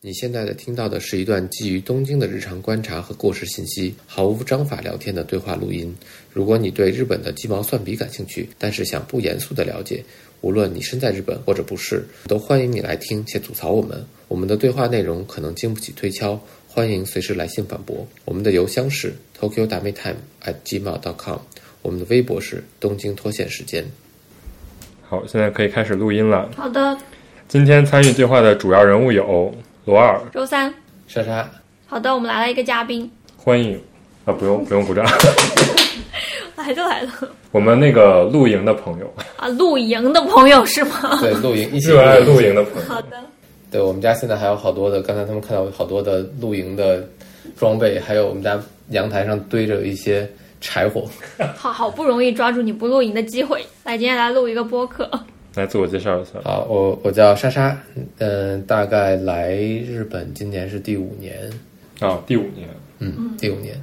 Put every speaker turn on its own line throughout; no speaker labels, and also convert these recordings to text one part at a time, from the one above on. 你现在的听到的是一段基于东京的日常观察和过时信息，毫无章法聊天的对话录音。如果你对日本的鸡毛蒜皮感兴趣，但是想不严肃的了解，无论你身在日本或者不是，都欢迎你来听且吐槽我们。我们的对话内容可能经不起推敲，欢迎随时来信反驳。我们的邮箱是 tokyo d a m e time at gmail.com，我们的微博是东京脱线时间。
好，现在可以开始录音了。
好的，
今天参与对话的主要人物有罗二，
周三。
莎莎，
好的，我们来了一个嘉宾，
欢迎啊，不用不用鼓掌，
来都来了
我们那个露营的朋友，
啊，露营的朋友是吗？
对露营一起
热爱露营的朋友，
好的，
对我们家现在还有好多的，刚才他们看到好多的露营的装备，还有我们家阳台上堆着一些柴火。
好好不容易抓住你不露营的机会，来，今天来录一个播客。
来自我介绍一下。
好，啊我我叫莎莎，嗯、大概来日本今年是第五年，
啊，第五年。
嗯，第五年，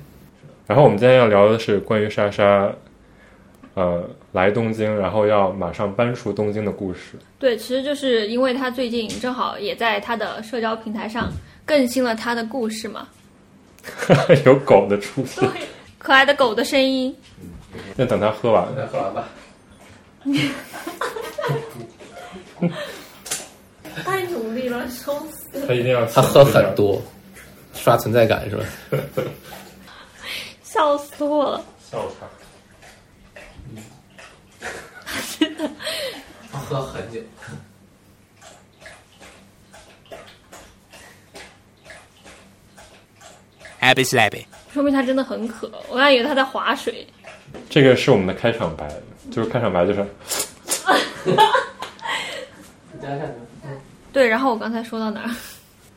然后我们今天要聊的是关于莎莎，呃，来东京，然后要马上搬出东京的故事。
对，其实就是因为他最近正好也在他的社交平台上更新了他的故事嘛，
有狗的出现，
可爱的狗的声音，
那等它喝完。
那喝完吧。
太努力了，收死。
它一定要
他喝很多，刷存在感是吧？
笑死我了。
笑场。
喝很久。
Happy slappy.
说明他真的很渴，我还以为他在划水。
这个是我们的开场白，就是开场白就是
对，然后我刚才说到哪儿？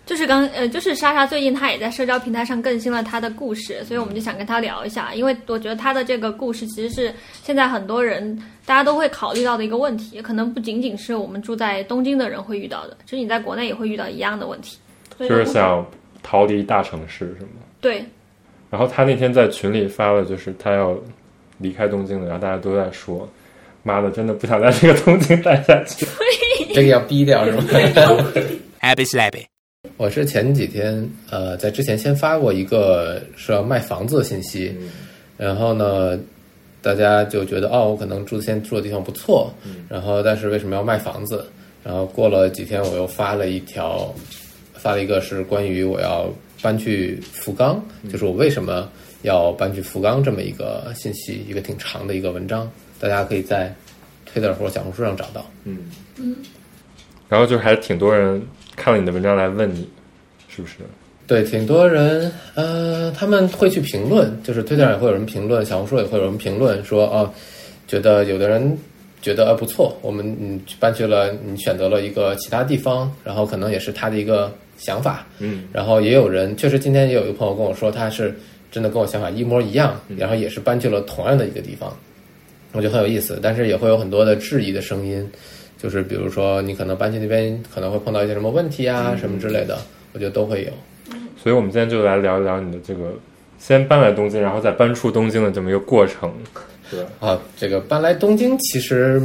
就是刚呃，就是莎莎最近她也在社交平台上更新了她的故事，所以我们就想跟她聊一下，因为我觉得她的这个故事其实是现在很多人大家都会考虑到的一个问题，可能不仅仅是我们住在东京的人会遇到的，其实你在国内也会遇到一样的问题。所以
就是想逃离大城市，是吗？
对
然后他那天在群里发了，就是他要离开东京了，然后大家都在说：“妈的，真的不想在这个东京待下去。
这个要逼掉是吗？
Happy slappy.
我是前几天呃，在之前先发过一个是要卖房子的信息，然后呢，大家就觉得哦，我可能住现在住的地方不错，然后但是为什么要卖房子？然后过了几天，我又发了一条，发了一个是关于我要搬去福冈，就是我为什么要搬去福冈这么一个信息，一个挺长的一个文章，大家可以在推特或者小红书上找到。”
然后就还挺多人看了你的文章来问你，是不是？
对，挺多人，呃，他们会去评论，就是推特上也会有人评论，小红书也会有人评论说，哦，觉得有的人觉得呃不错，我们嗯搬去了，你选择了一个其他地方，然后可能也是他的一个想法，
嗯，
然后也有人，确实今天也有一个朋友跟我说，他是真的跟我想法一模一样，然后也是搬去了同样的一个地方，我觉得很有意思，但是也会有很多的质疑的声音，就是比如说你可能搬去那边可能会碰到一些什么问题啊、什么之类的，我觉得都会有。
所以我们今天就来聊一聊你的这个先搬来东京，然后再搬出东京的这么一个过程。对，
啊，这个搬来东京其实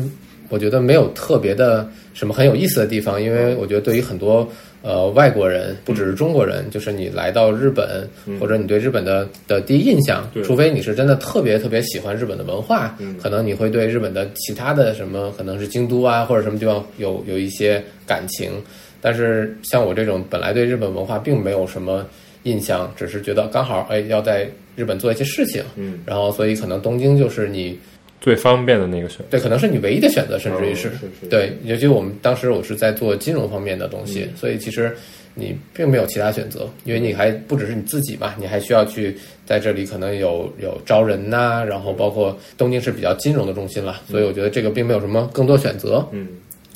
我觉得没有特别的什么很有意思的地方，因为我觉得对于很多呃外国人，不只是中国人，就是你来到日本、或者你对日本的的第一印象
嗯对，嗯
除非你是真的特别特别喜欢日本的文化，可能你会对日本的其他的什么，可能是京都啊或者什么地方有有一些感情。但是像我这种本来对日本文化并没有什么印象，只是觉得刚好哎要在日本做一些事情，
嗯，
然后所以可能东京就是你
最方便的那个选择。
对，可能是你唯一的选择，甚至于
哦
是,、
是是
对。尤其我们当时我是在做金融方面的东
嗯
西，所以其实你并没有其他选择，因为你还不只是你自己嘛，你还需要去在这里可能有有招人呐、然后包括东京是比较金融的中心了，所以我觉得这个并没有什么更多选择。
嗯，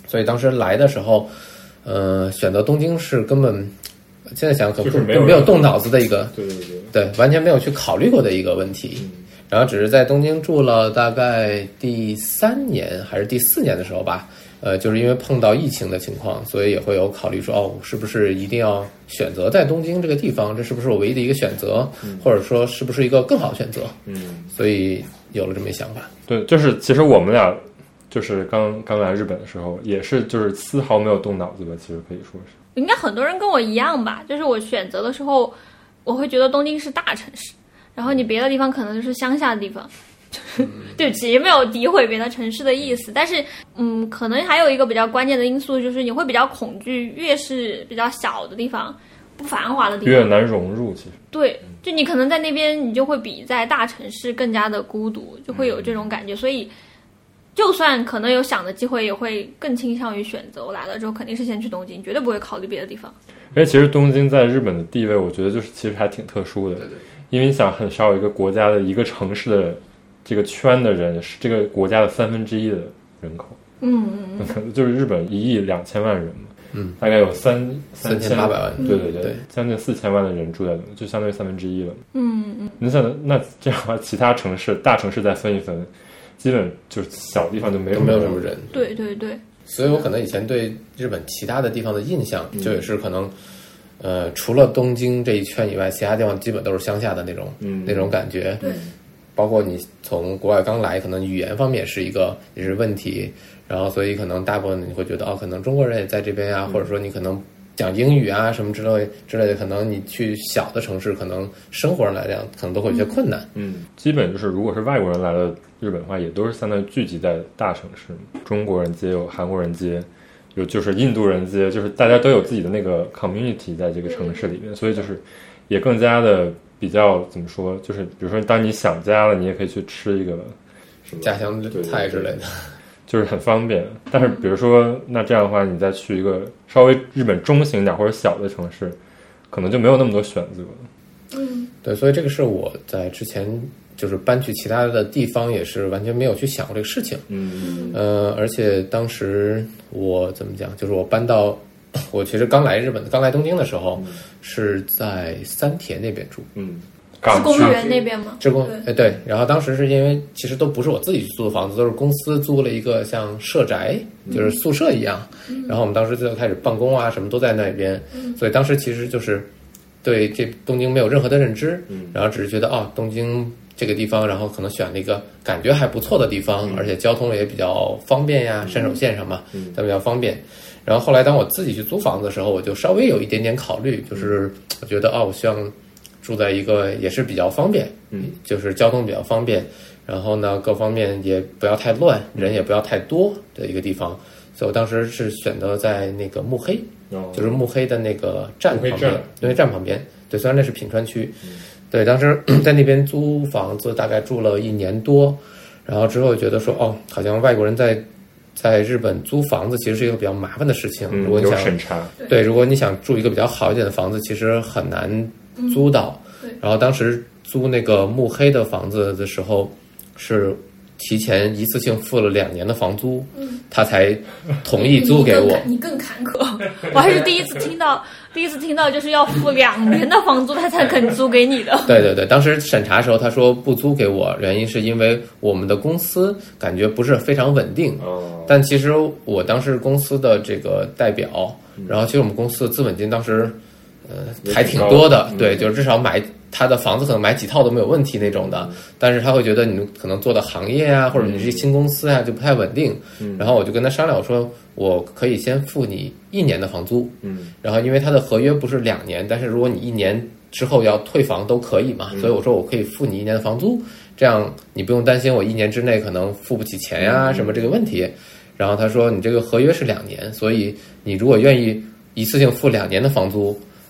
所以当时来的时候，呃，选择东京是根本现在想可
就是没有
没有动脑子的一个
对对对。
对，完全没有去考虑过的一个问题。
嗯
然后只是在东京住了大概第三年还是第四年的时候吧，呃，就是因为碰到疫情的情况，所以也会有考虑说，哦，是不是一定要选择在东京这个地方？这是不是我唯一的一个选择？或者说是不是一个更好的选择？
嗯，
所以有了这么一想法。
对，就是其实我们俩就是刚刚来日本的时候，也是就是丝毫没有动脑子吧，其实可以说是。
应该很多人跟我一样吧，就是我选择的时候，我会觉得东京是大城市，然后你别的地方可能就是乡下的地方。 对不起，也没有诋毁别的城市的意思，但是，嗯，可能还有一个比较关键的因素就是你会比较恐惧，越是比较小的地方、不繁华的地
越
方，
难融入。其实，
对，就你可能在那边，你就会比在大城市更加的孤独，就会有这种感觉。所以，就算可能有想的机会，也会更倾向于选择我来了之后肯定是先去东京，绝对不会考虑别的地方。
因为其实东京在日本的地位，我觉得就是其实还挺特殊的，因为你想很少有一个国家的一个城市的这个圈的人是这个国家的三分之一的人口，
嗯嗯嗯，
就是日本一亿两千万人嘛，嗯，大概有三
三
千
千八百万
对对对，
对
将近四千万的人住在那，就相当于三分之一了。
嗯嗯，
你想，那这样的话，其他城市大城市再分一分，基本就是小地方就没
都
有
没有什么人。
对对对，
所以我可能以前对日本其他的地方的印象，
嗯
就也是可能，呃，除了东京这一圈以外，其他地方基本都是乡下的那种、
嗯
那种感觉。
对，
包括你从国外刚来，可能语言方面是一个也是问题，然后所以可能大部分你会觉得哦，可能中国人也在这边啊，或者说你可能。讲英语啊，什么之类之类的，可能你去小的城市，可能生活上来讲，可能都会有些困难。
嗯，基本就是，如果是外国人来到日本的话，也都是相当于聚集在大城市嘛。中国人街有韩国人街，有就是印度人街，就是大家都有自己的那个 community 在这个城市里面，所以就是也更加的比较怎么说，就是比如说当你想家了，你也可以去吃一个什么
家乡
对对
菜
对
之类的，
就是很方便。但是比如说，那这样的话，你再去一个稍微日本中型点或者小的城市，可能就没有那么多选择。
嗯
对，所以这个是我在之前就是搬去其他的地方，也是完全没有去想过这个事情。
嗯
嗯
呃，而且当时我怎么讲，就是我搬到我其实刚来日本，刚来东京的时候，是在三田那边住，
嗯，
是
港
公
区
园那边吗？
职工
对
哎对，然后当时是因为其实都不是我自己去租的房子，都是公司租了一个像社宅，就是宿舍一样。然后我们当时就开始办公啊，什么都在那边，所以当时其实就是对这东京没有任何的认知，然后只是觉得哦，东京这个地方，然后可能选了一个感觉还不错的地方，而且交通也比较方便呀，山手线上嘛，它比较方便。然后后来当我自己去租房子的时候，我就稍微有一点点考虑，就是我觉得哦，我希望住在一个也是比较方便，
嗯，
就是交通比较方便，然后呢各方面也不要太乱，
嗯
人也不要太多的一个地方。所以我当时是选择在那个目黑，
就
就是目黑的那个站
哦目
旁
黑
边
站，嗯
对站旁边，对，虽然那是品川区，对，当时 在那边租房子，大概住了一年多，然后之后觉得说，哦，好像外国人在在日本租房子其实是一个比较麻烦的事情，如果
嗯，
你
有
想
审查，
对，如果你想住一个比较好一点的房子，其实很难租到。
对
然后当时租那个慕黑的房子的时候，是提前一次性付了两年的房租，他才同意租给我。
你更坎坷， 我还是第一次听到，第一次听到就是要付两年的房租他才肯租给你的。
对对对，当时审查时候他说不租给我，原因是因为我们的公司感觉不是非常稳定，
哦，
但其实我当时公司的这个代表，然后其实我们公司的资本金当时，呃，
嗯也
还
挺
挺
高嗯
多的，对，就是至少买他的房子可能买几套都没有问题那种的。
嗯
但是他会觉得你可能做的行业啊，或者你是新公司啊，就不太稳定。
嗯
然后我就跟他商量，我说我可以先付你一年的房租，
嗯
然后因为他的合约不是两年，但是如果你一年之后要退房都可以
嗯
嘛，所以我说我可以付你一年的房租，这样你不用担心我一年之内可能付不起钱
嗯
呀、什么这个问题。然后他说你这个合约是两年，所以你如果愿意一次性付两年的房租，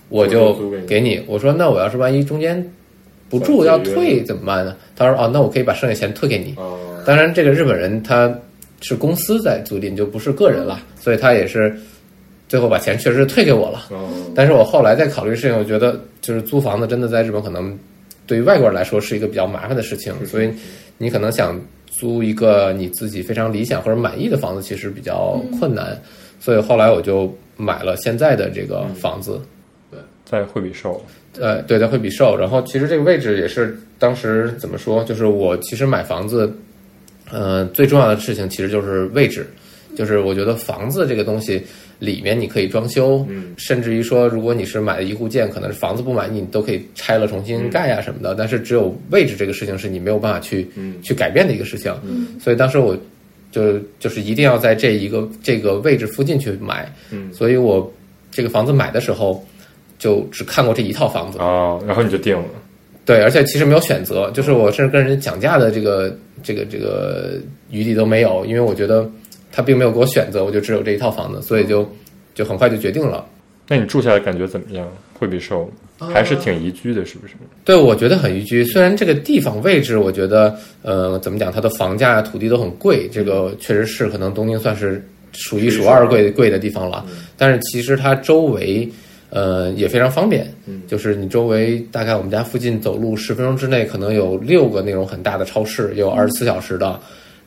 我
我
就
就租给你
给你。我说那我要是万一中间不住要
想解约
退怎么办呢？他说哦，那我可以把剩下钱退给你。
哦，
当然，这个日本人他是公司在租赁，就不是个人了，所以他也是最后把钱确实退给我了。
哦，
但是我后来在考虑事情，我觉得就是租房子真的在日本可能对于外国人来说是一个比较麻烦的事情，所以你可能想租一个你自己非常理想或者满意的房子，其实比较困难。所以后来我就买了现在的这个房子，
在惠比寿，
呃，对，在惠比寿。然后其实这个位置也是当时怎么说，就是我其实买房子，呃，最重要的事情其实就是位置，就是我觉得房子这个东西里面你可以装修，
嗯
甚至于说如果你是买了一户建，可能是房子不满意，你都可以拆了重
嗯
新盖呀、什么的。但是只有位置这个事情是你没有办法去、
嗯
去改变的一个事情，所以当时我。就就是一定要在这一个这个位置附近去买，
嗯
所以我这个房子买的时候就只看过这一套房子，
啊，然后你就定了，
对，而且其实没有选择，就是我甚至跟人讲价的这个这个这个余地都没有，因为我觉得他并没有给我选择，我就只有这一套房子，所以就就很快就决定了。
那你住下来感觉怎么样？惠比寿还是挺宜居的，是不是？
对，我觉得很宜居。虽然这个地方位置，我觉得，呃，怎么讲，它的房价、土地都很贵，这个确实是可能东京算是数一数二嗯贵贵的地方了。但是其实它周围，呃，也非常方便。就是你周围大概我们家附近走路十分钟之内，可能有六个那种很大的超市，也有二十四小时的。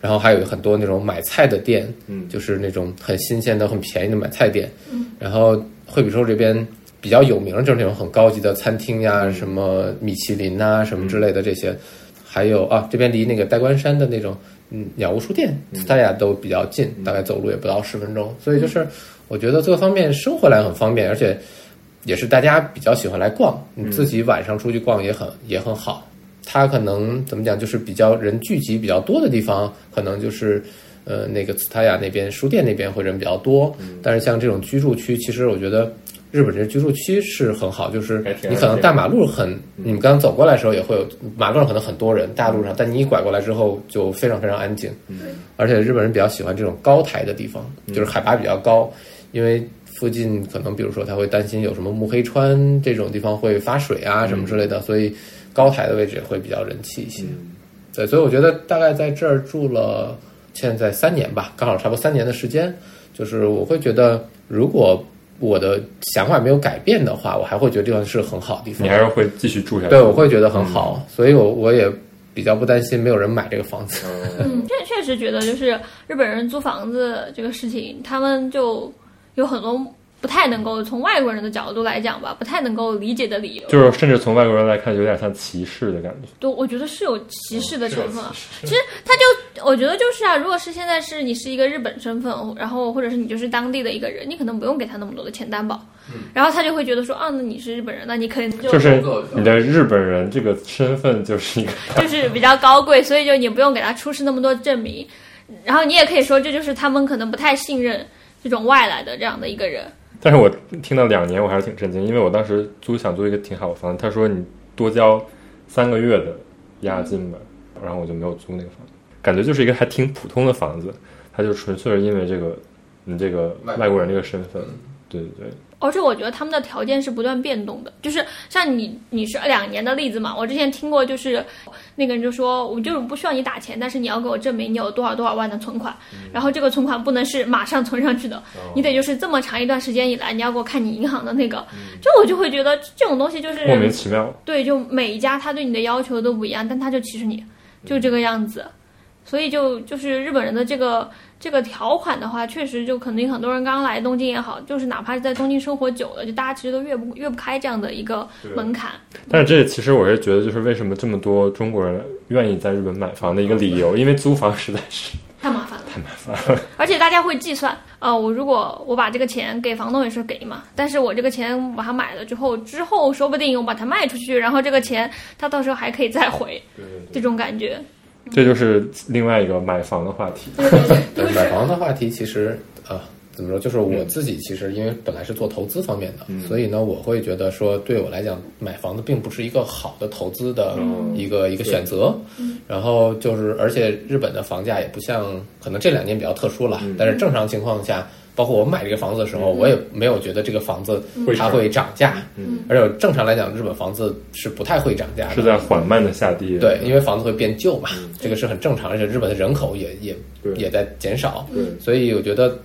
然后还有很多那种买菜的店，
嗯
就是那种很新鲜的、很便宜的买菜店。然后惠比寿这边比较有名的就是那种很高级的餐厅呀、什么米其林呐、什么之类的这些，还有啊，这边离那个代官山的那种嗯鸟屋书店、大家都比较近，大概走路也不到十分钟，所以就是我觉得各方面生活来很方便，而且也是大家比较喜欢来逛，
嗯
你自己晚上出去逛也很也很好。它可能怎么讲，就是比较人聚集比较多的地方，可能就是呃那个茨塔亚那边书店那边会人比较多。
嗯
但是像这种居住区，其实我觉得日本这居住区是很好，就是
还挺
你
安嗯
可能
全
大马路很，你们刚走过来的时候也会有马路上可能很多人，大路上，但你一拐过来之后就非常非常安静。
嗯
而且日本人比较喜欢这种高台的地方，就是海拔比较高，因为附近可能比如说他会担心有什么目黑川这种地方会发水啊
嗯
什么之类的，所以高台的位置也会比较人气一些。
嗯
对，所以我觉得大概在这儿住了现在三年吧，刚好差不多三年的时间，就是我会觉得如果。我的想法没有改变的话，我还会觉得这地方是很好的地方。
你还是会继续住下去。
对，我会觉得很好，所以我我也比较不担心没有人买这个房子。
嗯，确确实觉得就是日本人租房子这个事情，他们就有很多不太能够从外国人的角度来讲吧，不太能够理解的理由。
就是甚至从外国人来看，有点像歧视的感觉。
对，我觉得是有歧视的成分啊。
是
其实他就，我觉得就是啊，如果是现在是你是一个日本身份，然后或者是你就是当地的一个人，你可能不用给他那么多的钱担保，然后他就会觉得说，啊，那你是日本人，那你肯定嗯就
就是你的日本人这个身份就是一个
就是比较高贵，所以就你不用给他出示那么多证明。然后你也可以说，这就是他们可能不太信任这种外来的这样的一个人。
但是我听到两年，我还是挺震惊，因为我当时租想租一个挺好的房子，他说你多交三个月的押金吧，然后我就没有租那个房子，感觉就是一个还挺普通的房子，他就纯粹是因为这个你这个外国人这个身份，对对对，
而且我觉得他们的条件是不断变动的，就是像你你是两年的例子嘛，我之前听过，就是那个人就说，我就是不需要你打钱，但是你要给我证明你有多少多少万的存款，然后这个存款不能是马上存上去的，你得就是这么长一段时间以来，你要给我看你银行的那个，就我就会觉得这种东西就是
莫名其妙，
对，就每一家他对你的要求都不一样，但他就歧视你，就这个样子。所以就就是日本人的这个这个条款的话，确实就肯定很多人刚来东京也好，就是哪怕是在东京生活久了，就大家其实都越不越不开这样的一个门槛。
但是这其实我是觉得就是为什么这么多中国人愿意在日本买房的一个理由，因为租房实在是
太麻烦了，太麻烦了。 而且大家会计算，呃，我如果我把这个钱给房东也是给嘛，但是我这个钱把它买了之后，之后说不定我把它卖出去，然后这个钱他到时候还可以再回，这种感觉。
这就是另外一个买房的话题，
对买房的话题，其实啊，怎么说，就是
嗯
我自己其实因为本来是做投资方面的，所以呢，我会觉得说，对我来讲，买房子并不是一个好的投资的
嗯
一个、一个选择。然后就是，而且日本的房价也不像，可能这两年比较特殊了，
嗯
但是正常情况下。包括我买这个房子的时候，我也没有觉得这个房子
会
它
涨嗯
会涨价，而且正常来讲，日本房子是不太会涨价的，
是在缓慢的下跌，
对，因为房子会变旧嘛，这个是很正常，而且日本的人口也也
对
也在减少
对，
所以我觉得，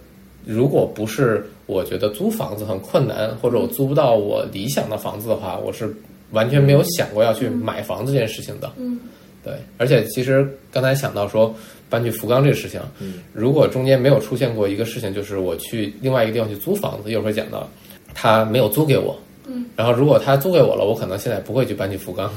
如果不是我觉得租房子很困难，或者我租不到我理想的房子的话，我是完全没有想过要去买房子这件事情的。
嗯，
对，而且其实刚才想到说搬去福冈这个事情，如果中间没有出现过一个事情，就是我去另外一个地方去租房子，一会儿会讲到，他没有租给我。嗯，然后如果他租给我了，我可能现在不会去搬去福冈。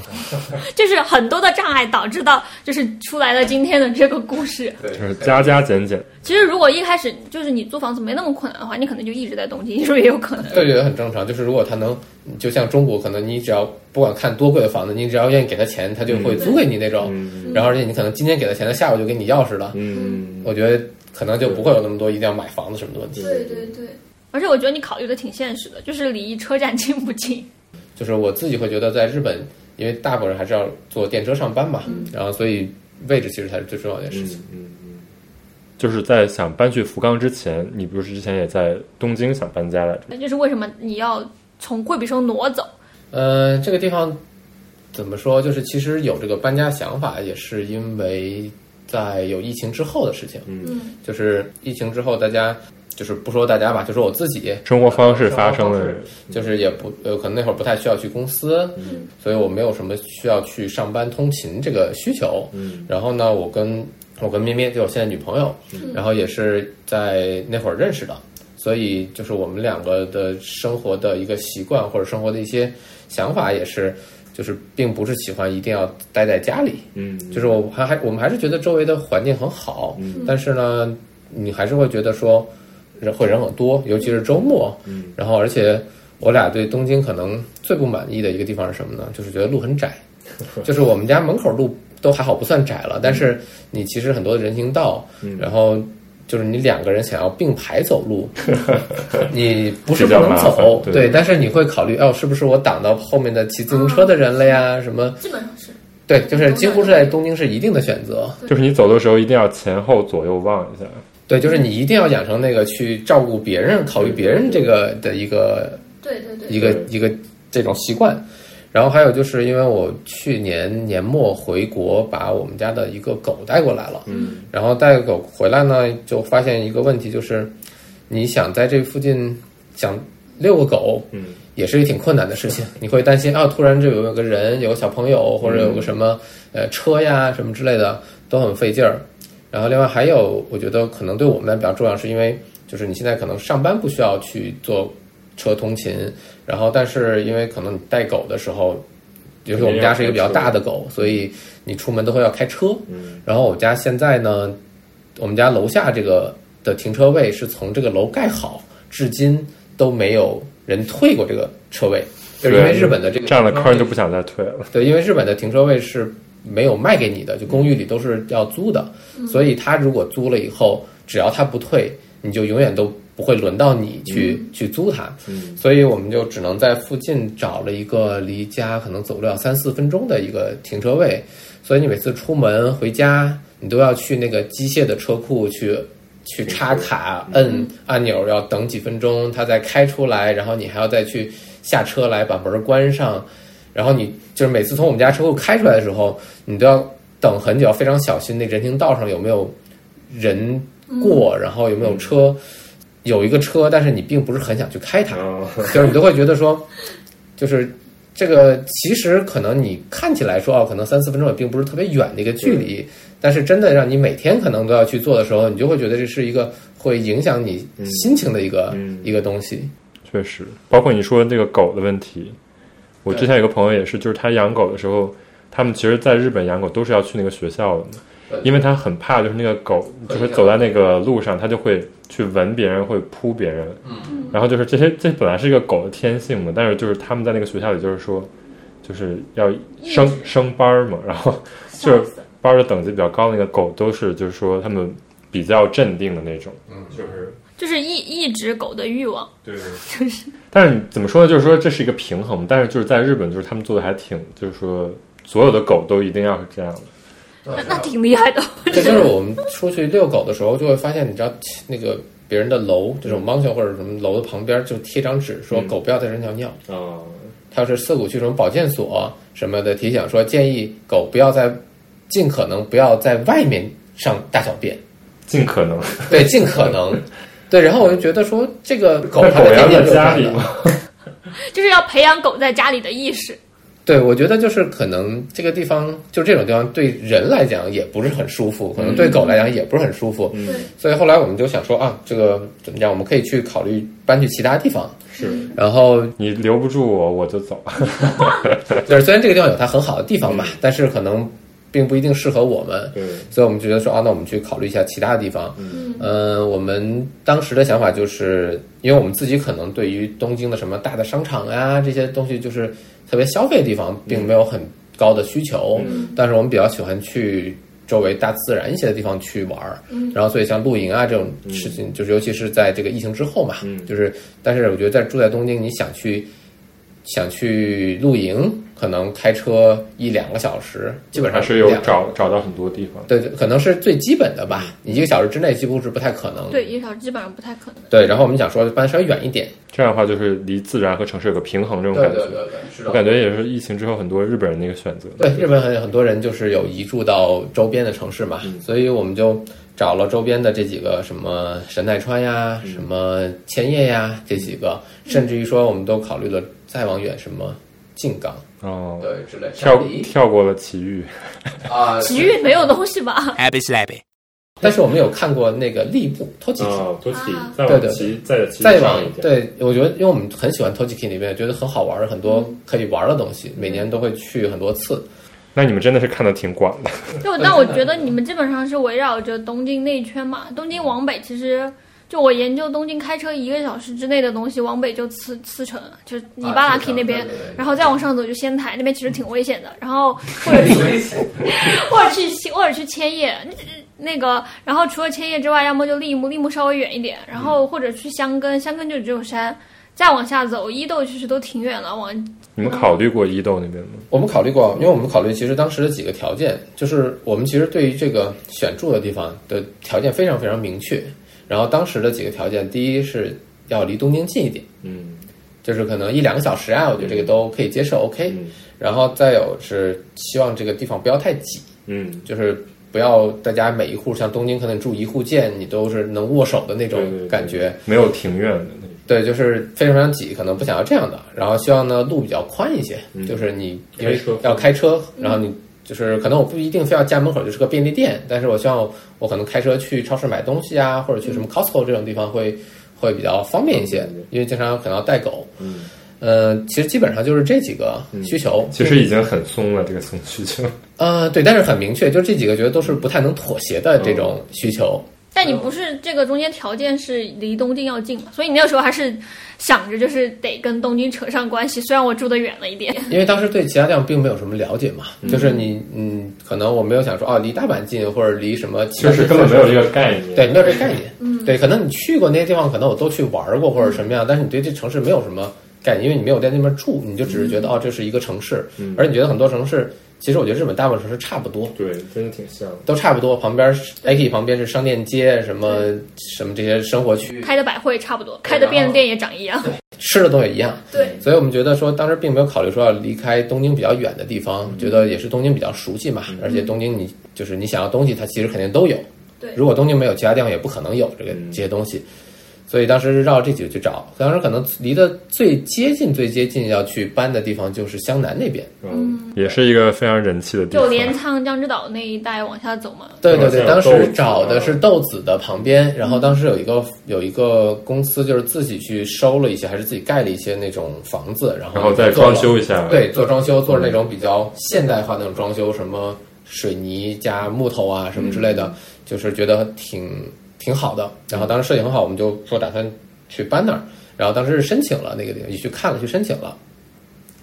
就是很多的障碍导致到，就是出来了今天的这个故事。
对
就是加加减减，
其实如果一开始就是你租房子没那么困难的话，你可能就一直在东京，是不是也有可 能？
对，觉得很正常。就是如果他能，就像中国，可能你只要不管看多贵的房子，你只要愿意给他钱，他就会租给你那种。然后而且你可能今天给他钱，他下午就给你钥匙了。
嗯，
我觉得可能就不会有那么多一定要买房子什么的问题。
对对对，
而且我觉得你考虑的挺现实的，就是离车站近不近。
就是我自己会觉得，在日本，因为大部分人还是要坐电车上班嘛，然后所以位置其实才是最重要的一件事情。
嗯就是在想搬去福冈之前，你不是之前也在东京想搬家来着？
那就是为什么你要从惠比寿挪走？
呃，这个地方怎么说？就是其实有这个搬家想法，也是因为在有疫情之后的事情。
嗯，
就是疫情之后，大家就是不说大家吧，就说我自己，
生活方式发生
呃生活
了
方，就是也不呃，可能那会儿不太需要去公司，所以我没有什么需要去上班通勤这个需求。
嗯，
然后呢，我跟我跟咩咩，就我现在女朋友，然后也是在那会儿认识的，所以就是我们两个的生活的一个习惯或者生活的一些想法也是，就是并不是喜欢一定要待在家里，
嗯，
就是我还还我们还是觉得周围的环境很好，
嗯
但是呢，你还是会觉得说人会人很多，尤其是周末，
嗯，
然后而且我俩对东京可能最不满意的一个地方是什么呢？就是觉得路很 窄，就是我们家门口路都还好不算窄了，但是你其实很多人行道，
嗯
然后。就是你两个人想要并排走路， 你不是不
比较
能
麻烦
走，
对
但是你会考虑，哦，是不是我挡到后面的骑自行车的人了呀？什么？
基本上是。
对，就是几乎是在东京是一定的选择。
就是你走的时候一定要前后左右望一下，
对，就是你一定要养成那个去照顾别人、考虑别人这个的一个
对对对
一个
对
一个这种习惯。然后还有就是，因为我去年年末回国，把我们家的一个狗带过来了。
嗯，
然后带狗回来呢，就发现一个问题，就是你想在这附近想遛个狗，
嗯，
也是一挺困难的事情。你会担心啊，突然这有个人，有个小朋
嗯
友，或者有个什么呃车呀什么之类的，都很费劲儿。然后另外还有，我觉得可能对我们来比较重要，是因为就是你现在可能上班不需要去坐车通勤，然后但是因为可能你带狗的时候，尤其我们家是一个比较大的狗，所以你出门都会要开车。
嗯，
然后我家现在呢，我们家楼下这个的停车位是从这个楼盖好，至今都没有人退过这个车位，就是因为日本的这个
占了坑就不想再退了，
对，因为日本的停车位是没有卖给你的，就公寓里都是呃要租的，所以他如果租了以后，只要他不退，你就永远都不会轮到你去、去租它。
嗯
所以我们就只能在附近找了一个离家可能走不了三四分钟的一个停车位。所以你每次出门回家，你都要去那个机械的车库去。去插卡、摁按钮，要等几分钟，它再开出来，然后你还要再去下车来把门关上，然后你就是每次从我们家车库开出来的时候，你都要等很久，要非常小心那人行道上有没有人过，然后有没有车。有一个车，但是你并不是很想去开它，就是你都会觉得说，就是这个其实可能你看起来说哦，可能三四分钟也并不是特别远的一个距离，但是真的让你每天可能都要去做的时候，你就会觉得这是一个会影响你心情的一个、
嗯
一个东西。
确实，包括你说那个狗的问题，我
对
之前有个朋友也是，就是他养狗的时候，他们其实在日本养狗都是要去那个学校的
对，
因为他很怕就是那个狗就是走在那个路上，它就会去闻别人，会扑别人，嗯，然后就是这些这本来是一个狗的天性嘛，但是就是他们在那个学校里就是说，就是要升
抑制
升班儿嘛，然后就是班儿的等级比较高的那个狗都是就是说他们比较镇定的那种，嗯，就是。
就是抑抑制狗的欲望，
对， 就是。但是怎么说呢？就是说这是一个平衡，但是就是在日本，就是他们做的还挺，就是说所有的狗都一定要是这样的。
那那挺厉害的。
这就是我们出去遛狗的时候，就会发现，你知道那个别人的楼，这种 mansion 或者什么楼的旁边，就贴张纸说
嗯
狗不要在这儿尿尿。
啊、
它是涩谷区什么保健所什么的提醒说，建议狗不要在尽可能不要在外面上大小便，
尽可能。
对，尽可能。对，然后我就觉得说，这个狗
那
它
狗
的
要
概念就是
在
这
家
样
里
的。
吗？
就是要培养狗在家里的意识。
对，我觉得就是可能这个地方，就这种地方对人来讲也不是很舒服，可能对狗来讲也不是很舒服。
嗯
对
所以后来我们就想说啊，这个怎么讲？我们可以去考虑搬去其他地方。
是
然后
你留不住我，我就走。
就是虽然这个地方有它很好的地方吧，但是可能并不一定适合我们。
对，
所以我们觉得说啊，那我们去考虑一下其他的地方。
嗯
呃，我们当时的想法就是，因为我们自己可能对于东京的什么大的商场呀这些东西，就是特别消费的地方，并没有很高的需求。但是我们比较喜欢去周围大自然一些的地方去玩儿。然后所以像露营啊这种事情，就是尤其是在这个疫情之后嘛，就是但是我觉得在住在东京，你想去想去露营，可能开车一两个小时，基本上
还是有
两个
找找到很多地方。
对，可能是最基本的吧。
嗯
你一个小时之内几乎是不太可能。
对，一个小时基本上不太可能。
对然后我们想说搬稍微远一点。
这样的话就是离自然和城市有个平衡这种
对
感
对
觉。
对对，是
我
的。
感觉也是疫情之后很多日本人的一个选择。
对，日本很很多人就是有移住到周边的城市嘛，
嗯
所以我们就找了周边的这几个什么神奈川呀、
嗯
什么千叶呀这几个，甚至于说我们都考虑了再往远什么静冈
哦，
对之类的，
跳
山梨
跳过了奇遇，
啊，
奇遇没有东西吧？
Happy slappy.
但是我们有看过那个吏部偷鸡。
啊，多奇
啊，
再
对
往
对
奇，再奇
再
上
往
一点。
对，我觉得，因为我们很喜欢 Tokiki 里面，觉得很好玩，很多可以玩的东西，每年都会去很多次。
那你们真的是看的挺广的。
就但我觉得你们基本上是围绕着东京内圈嘛，东京往北其实。就我研究东京开车一个小时之内的东西，往北就茨茨城，就是尼嗯巴拉提那边，
啊茨城对对对
然后再往上走就仙台那边，其实挺危险的。然后或者去或者去或者去千叶，那个，然后除了千叶之外，要么就立木，立木稍微远一点，然
嗯
后或者去箱根，箱根就只有山。再往下走，伊豆其实都挺远了，往
你们考虑过伊豆那边吗？
我们考虑过，因为我们考虑其实当时的几个条件，就是我们其实对于这个选住的地方的条件非常非常明确。然后当时的几个条件，第一是要离东京近一点，
嗯，
就是可能一两个小时啊，我觉得这个都可以接受，OK
嗯。
然后再有是希望这个地方不要太挤，
嗯，
就是不要大家每一户像东京可能住一户建，你都是能握手的那种
对对对
感觉。
没有庭院的那种。
对，就是非常非常挤，可能不想要这样的。然后希望呢路比较宽一些，就是你因为
嗯开车嗯
要开车，然后你就是可能我不一定非要家门口就是个便利店，但是我希望我我可能开车去超市买东西啊，或者去什么
嗯
Costco 这种地方会会比较方便一些，因为经常可能要带狗。嗯，呃，其实基本上就是这几个需求。
嗯其实已经很松了，这个松 需求。
呃，对，但是很明确，就这几个觉得都是不太能妥协的这种需求。
但你不是这个中间条件是离东京要近嘛，所以你那时候还是想着就是得跟东京扯上关系，虽然我住的远了一点。
因为当时对其他地方并没有什么了解嘛，就是你嗯，可能我没有想说哦，离大阪近或者离什么其他
就
地
是
方，
根本没有这个概念。
对，没有这概念。嗯，对，可能你去过那些地方，可能我都去玩过或者什么样，但是你对这城市没有什么概念，因为你没有在那边住，你就只是觉得、哦，这是一个城市，
嗯
而你觉得很多城市，其实我觉得日本大部分城市差不多。
对，真的挺像的。
都差不多，旁边是 IKEA 旁边是商店街，什么什么这些生活区，
开的百惠差不多，开的便利店也长一样。
吃的东西一样。
对，
所以我们觉得说，当时并没有考虑说要离开东京比较远的地方，觉得也是东京比较熟悉嘛，而且东京你就是你想要东西，它其实肯定都有。
对
如果东京没有，其他地方也不可能有这个这些东西。所以当时绕这几个去找，当时可能离得最接近、最接近要去搬的地方就是湘南那边。
嗯，也是一个非常人气的地
就
方。
镰仓、江之岛那一带往下走嘛，
对对
往
对，
下
当
豆
时
子
找的
啊
是豆子的旁边，然后当时有一个有一个公司就是自己去收了一些，还是自己盖了一些那种房子，然后
然后再
做了
装修一下
对，做装修，做
嗯
那种比较现代化的那种装修，什么水泥加木头啊什么之类
嗯
的，就是觉得挺挺好的。然后当时设计很好，我们就说打算去搬那儿，然后当时是申请了那个地方，也去看了，去申请了，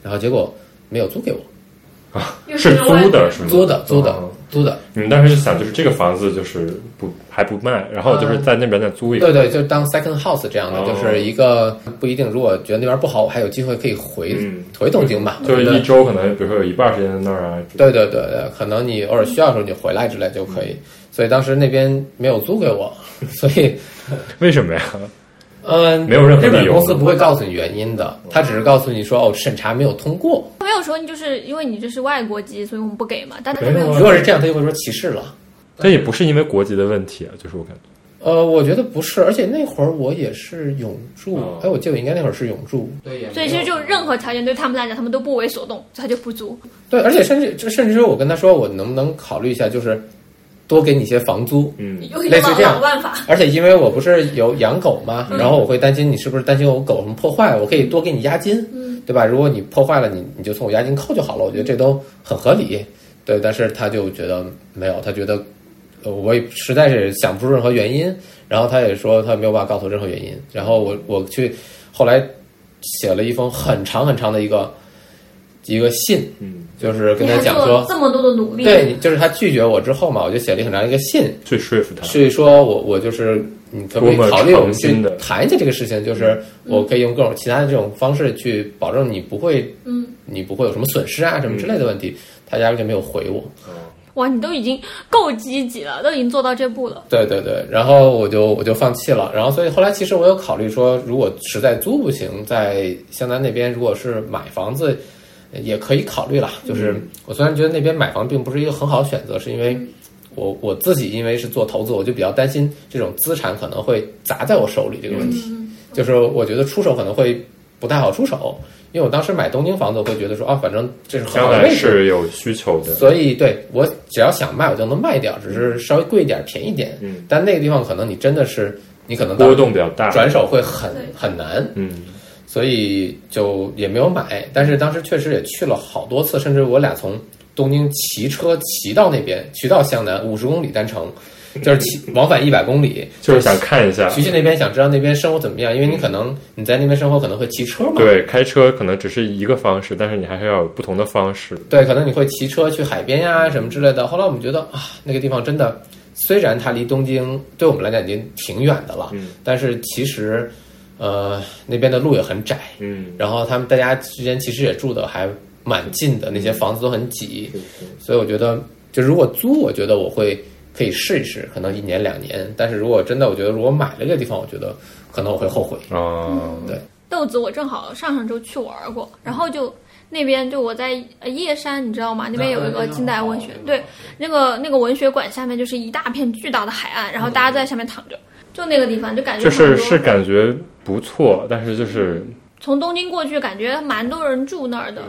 然后结果没有租给我，
是租的，是吗？
租的租的
哦
租的。
你们当时就想，就是这个房子就是不还不卖，然后
嗯
就是在那边再租一
对
个。
对，就当 second house 这样的，
哦
就是一个不一定。如果觉得那边不好，我还有机会可以回、
嗯
回东京嘛。
就是
我觉
一
得
周可能，比如说有一半时间在那儿啊。
对对对对，可能你偶尔需要的时候你回来之类就可以。
嗯
所以当时那边没有租给我，所以
为什么呀？
嗯，
没有任何
日本
理由嗯
公司不会告诉你原因的，他只是告诉你说哦，审查没有通过。
没有说就是因为你这是外国籍，所以我们不给嘛。但他
没
没
有
有
啊
如果是这样，他就会说歧视了。
这也不是因为国籍的问题啊，就是我感觉
呃，我觉得不是，而且那会儿我也是永住
哦，
哎，我记得我应该那会儿是永住，
所以其实就任何条件对他们来讲，他们都不为所动，所以他就不租。
对，而且甚至就甚至说我跟他说，我能不能考虑一下，就是多给你一些房租，
嗯，
又是
类似这样
老办法，
而且因为我不是有养狗嘛，
嗯
然后我会担心你是不是担心我狗什么破坏，我可以多给你押金，
嗯
对吧？如果你破坏了，你你就从我押金扣就好了，我觉得这都很合理。对，但是他就觉得没有，他觉得呃我也实在是想不出任何原因，然后他也说他没有办法告诉我任何原因。然后我我去后来写了一封很长很长的一个一个信，
嗯，
就是跟
你
他
还
讲
做了
说，
这么多的努力，
对，你就是他拒绝我之后嘛，我就写了一个很长一个信，
去说服他，
是说我我就是你可不可以
多么
考虑我们
诚心
去
的
谈一下这个事情？就是我可以用各种其他的这种方式去保证你不会，
嗯，
你不会有什么损失啊
嗯
什么之类的问题。他压根就没有回我。
哇，你都已经够积极了，都已经做到这步了。
对对对，然后我就我就放弃了。然后所以后来其实我有考虑说，如果实在租不行，在湘南那边如果是买房子。也可以考虑啦，就是
嗯
我虽然觉得那边买房并不是一个很好的选择，是因为我我自己因为是做投资，我就比较担心这种资产可能会砸在我手里这个问题。
嗯，
就是我觉得出手可能会不太好出手，因为我当时买东京房子，我会觉得说啊，反正这是很
将
好的
来
位置，
是有需求的，
所以对我只要想卖，我就能卖掉，只是稍微贵一点，便宜点。
嗯，
但那个地方可能你真的是你可能到
波动比较大，
转手会很
对
很难，
嗯，
所以就也没有买。但是当时确实也去了好多次，甚至我俩从东京骑车骑到那边，骑到湘南五十公里单 程，就是骑往返一百公里，
就是想看一下，
去去那边想知道那边生活怎么样，因为你可能你在那边生活可能会骑车嘛，
对，开车可能只是一个方式，但是你还是要有不同的方式。
对，可能你会骑车去海边呀、什么之类的。后来我们觉得啊，那个地方真的，虽然它离东京对我们来讲已经挺远的了，
嗯
但是其实呃那边的路也很窄，
嗯，
然后他们大家之间其实也住的还蛮近的，那
嗯
些房子都很挤，所以我觉得就如果租，我觉得我会可以试一试，可能一年两年。但是如果真的，我觉得如果买了这个地方，我觉得可能我会后悔。
啊，
对
豆子我正好上上周去玩过，然后就那边就我在呃叶山，你知道吗？那边嗯哦有一个近代文学，
哦
对，那个那个文学馆下面就是一大片巨大的海岸，然后大家都在下面躺着，就那个地方就感觉
就是
很多嗯
是感觉不错，但是就是
从东京过去，感觉蛮多人住那儿的。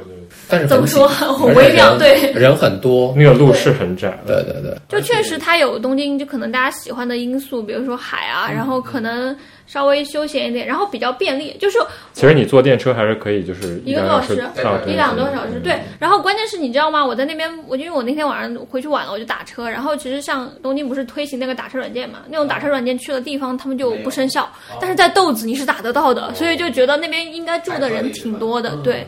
但是
怎么
很挤
说很微妙
而且
对
人人很多，
那个路是很窄的，
对对对。
就确实它有东京就可能大家喜欢的因素，比如说海啊，然后可能稍微休闲一点，然后比较便利，就是
其实你坐电车还是可以，就是
一个
两
多小
小
时
上
一两个多
嗯
小时，对。然后关键是你知道吗？我在那边，我因为我那天晚上回去晚了，我就打车。然后其实像东京不是推行那个打车软件嘛，那种
哦
打车软件去的地方他们就不生效，但是在豆子你是打得到的，所
哦
以就觉得那边应该住的人挺多
嗯
的，对，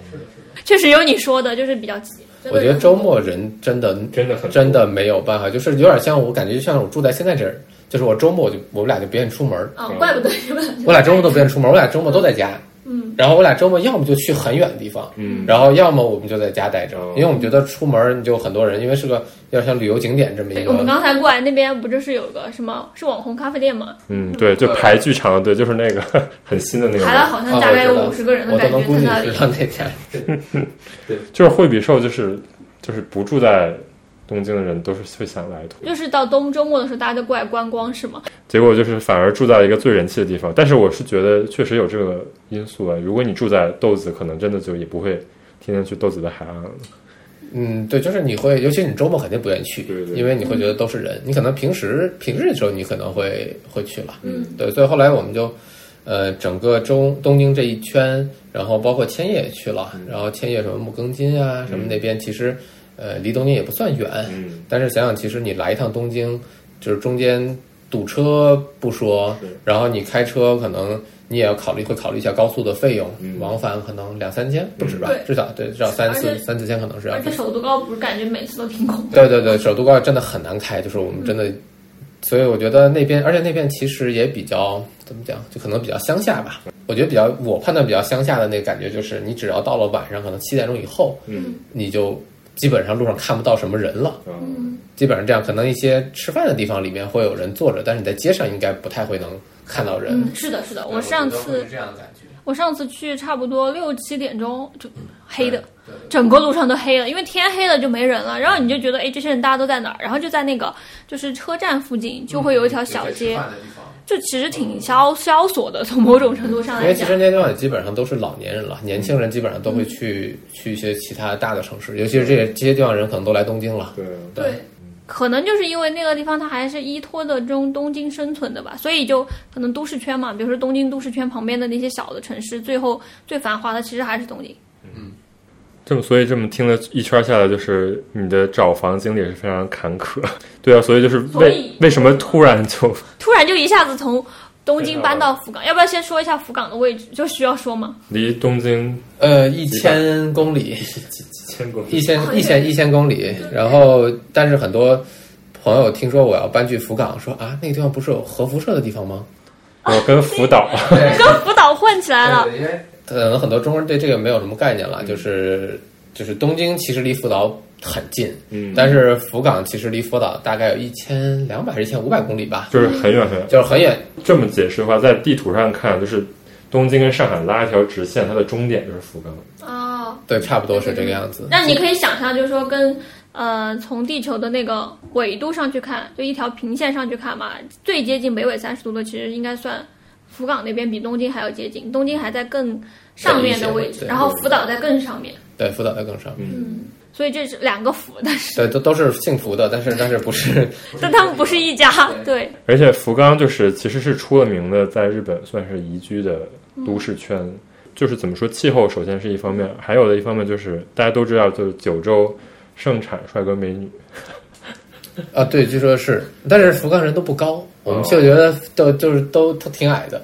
确实有你说的，就是比较挤。真的
我觉得周末人真的
真的很
真的没有办法，就是有点像我感觉就像我住在现在这儿，就是我周末我就我们俩就不愿意出门儿，
啊，怪不得你们
我俩周末都不愿意出门儿，我俩周末都在家。
嗯，
然后我俩周末要么就去很远的地方，
嗯，
然后要么我们就在家待着
哦，
因为我们觉得出门儿你就很多人，因为是个要像旅游景点这么一
对，我们
个，
刚才过来那边不就是有个什么是网红咖啡店吗？
嗯，对，就排巨长的队，就是那个 很新的那
排了
个，
好
啊
像大概有
我
五
知
十
道
个人的
我都
感觉
能估
在
计
那
知
里。
道那天。
就是惠比寿，就是就是不住在东京的人都是会想来的，
就是到冬周末的时候，大家都过来观光是吗？
结果就是反而住在一个最人气的地方。但是我是觉得确实有这个因素啊，如果你住在豆子，可能真的就也不会天天去豆子的海岸了。
嗯，对，就是你会，尤其你周末肯定不愿意去，
对对
因为你会觉得都是人，你可能平时平日的时候你可能会会去了，
嗯，
对，所以后来我们就，呃，整个中东京这一圈，然后包括千叶也去
嗯
了，然后千叶什么木更津啊，什么那边其实，呃，离东京也不算远，
嗯，
但是想想其实你来一趟东京，就是中间堵车不说
对，
然后你开车可能你也要考虑，会考虑一下高速的费用，
嗯
往返可能两三千不止吧，
对
至少对至少三四
而且
三四千可能是啊要
而且首都高不是感觉每次都挺恐怖。
对对对，首都高真的很难开，就是我们真的，所以我觉得那边，而且那边其实也比较怎么讲，就可能比较乡下吧。我觉得比较，我判断比较乡下的那个感觉就是，你只要到了晚上，可能七点钟以后，
嗯，
你就基本上路上看不到什么人了。
嗯，
基本上这样，可能一些吃饭的地方里面会有人坐着，但是你在街上应该不太会能看到人。
嗯，是的，是的，我上次
这样的感觉，
我上次去差不多六七点钟就
嗯
黑的，整个路上都黑了，因为天黑了就没人了。然后你就觉得，哎，这些人大家都在哪儿？然后就在那个就是车站附近就会有
嗯
一条小街，就其实挺萧萧索的，从某种程度上
因
来
为其
讲
实。那些地方也基本上都是老年人了，年轻人基本上都会去、去一些其他大的城市，尤其是这些这些地方人可能都来东京了。
对，
对，
可能就是因为那个地方它还是依托的中东京生存的吧，所以就可能都市圈嘛，比如说东京都市圈旁边的那些小的城市，最后最繁华的其实还是东京。
这么，所以这么听了一圈下来，就是你的找房经历也是非常坎坷。 对啊，所以就是
所
为
以
为什么突然就
突然就一下子从东京搬到福冈，要不要先说一下福冈的位置？就需要说吗？
离东京
呃，一千公里，
千公
一
里，
千一千一千公里，然后但是很多朋友听说我要搬去福冈，说啊那个地方不是有核辐射的地方吗？
我跟福岛，
跟福岛混起来了。
因为可能很多中国人对这个没有什么概念了，就是就是东京其实离福岛很近，
嗯
但是福冈其实离福岛大概有一千两百还是一千五百公里吧，
就是很远很远。
就是很远，
这么解释的话，在地图上看，就是东京跟上海拉一条直线，它的终点就是福冈。
哦，
对，差不多是这个样子。
那你可以想象，就是说跟呃从地球的那个纬度上去看，就一条平线上去看嘛，最接近北纬三十度的其实应该算福冈那边比东京还要接近，东京还在更上面的位
北一
置，
些
然后福岛在更上面，
对，福岛在更上面，
嗯所以这是两个福，但是
对，都都是幸福的，但是但是不是
但他们不是一家，对，
而且福冈就是其实是出了名的，在日本算是宜居的都市圈。就是怎么说，气候首先是一方面，还有的一方面就是大家都知道，就是九州盛产帅哥美女，
啊，对，据说是，但是福冈人都不高，我
哦
们就觉得都就是都都挺矮的，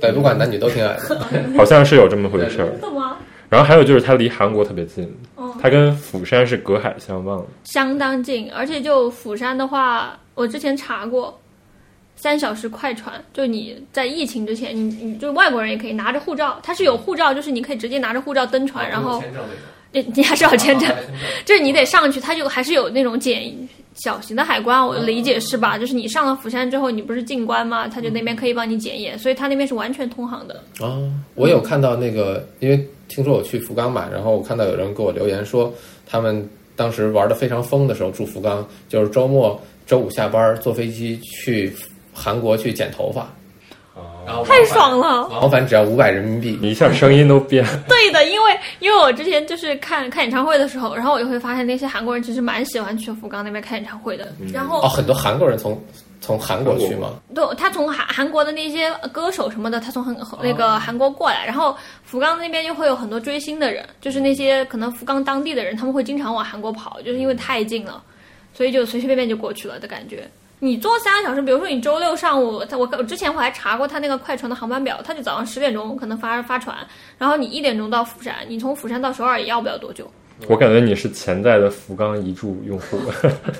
对，不管男女都挺 矮的，
好像是有这么回事儿。
怎么
然后还有就是它离韩国特别近
哦，
它跟釜山是隔海相望的。
相当近？而且就釜山的话，我之前查过。三小时快船，就你在疫情之前，你你就外国人也可以拿着护照，它是有护照，就是你可以直接拿着护照登
哦
船，啊然后你你还是要签证， 就是你得上去，它就还是有那种检小型的海关，我理解是吧？就是你上了釜山之后，你不是进关吗？它就那边可以帮你检验，所以它那边是完全通航的。
啊，我有看到那个，因为听说我去福冈嘛，然后我看到有人给我留言说，他们当时玩的非常疯的时候住福冈，就是周末周五下班坐飞机去韩国去剪头发，
太爽了！
往返只要五百人民币。
你一下声音都变，
对的，因为因为我之前就是看看演唱会的时候，然后我就会发现那些韩国人其实蛮喜欢去福冈那边看演唱会的。然后
哦，很多韩国人从从韩国去嘛，
对，他从韩韩国的那些呃歌手什么的，他从很那个韩国过来，然后福冈那边就会有很多追星的人，就是那些可能福冈当地的人，他们会经常往韩国跑，就是因为太近了，所以就随随便便就过去了的感觉。你坐三个小时，比如说你周六上午，他我我之前我还查过他那个快船的航班表，他就早上十点钟可能发发船，然后你一点钟到釜山，你从釜山到首尔也要不了多久。
我感觉你是潜在的福冈一住用户，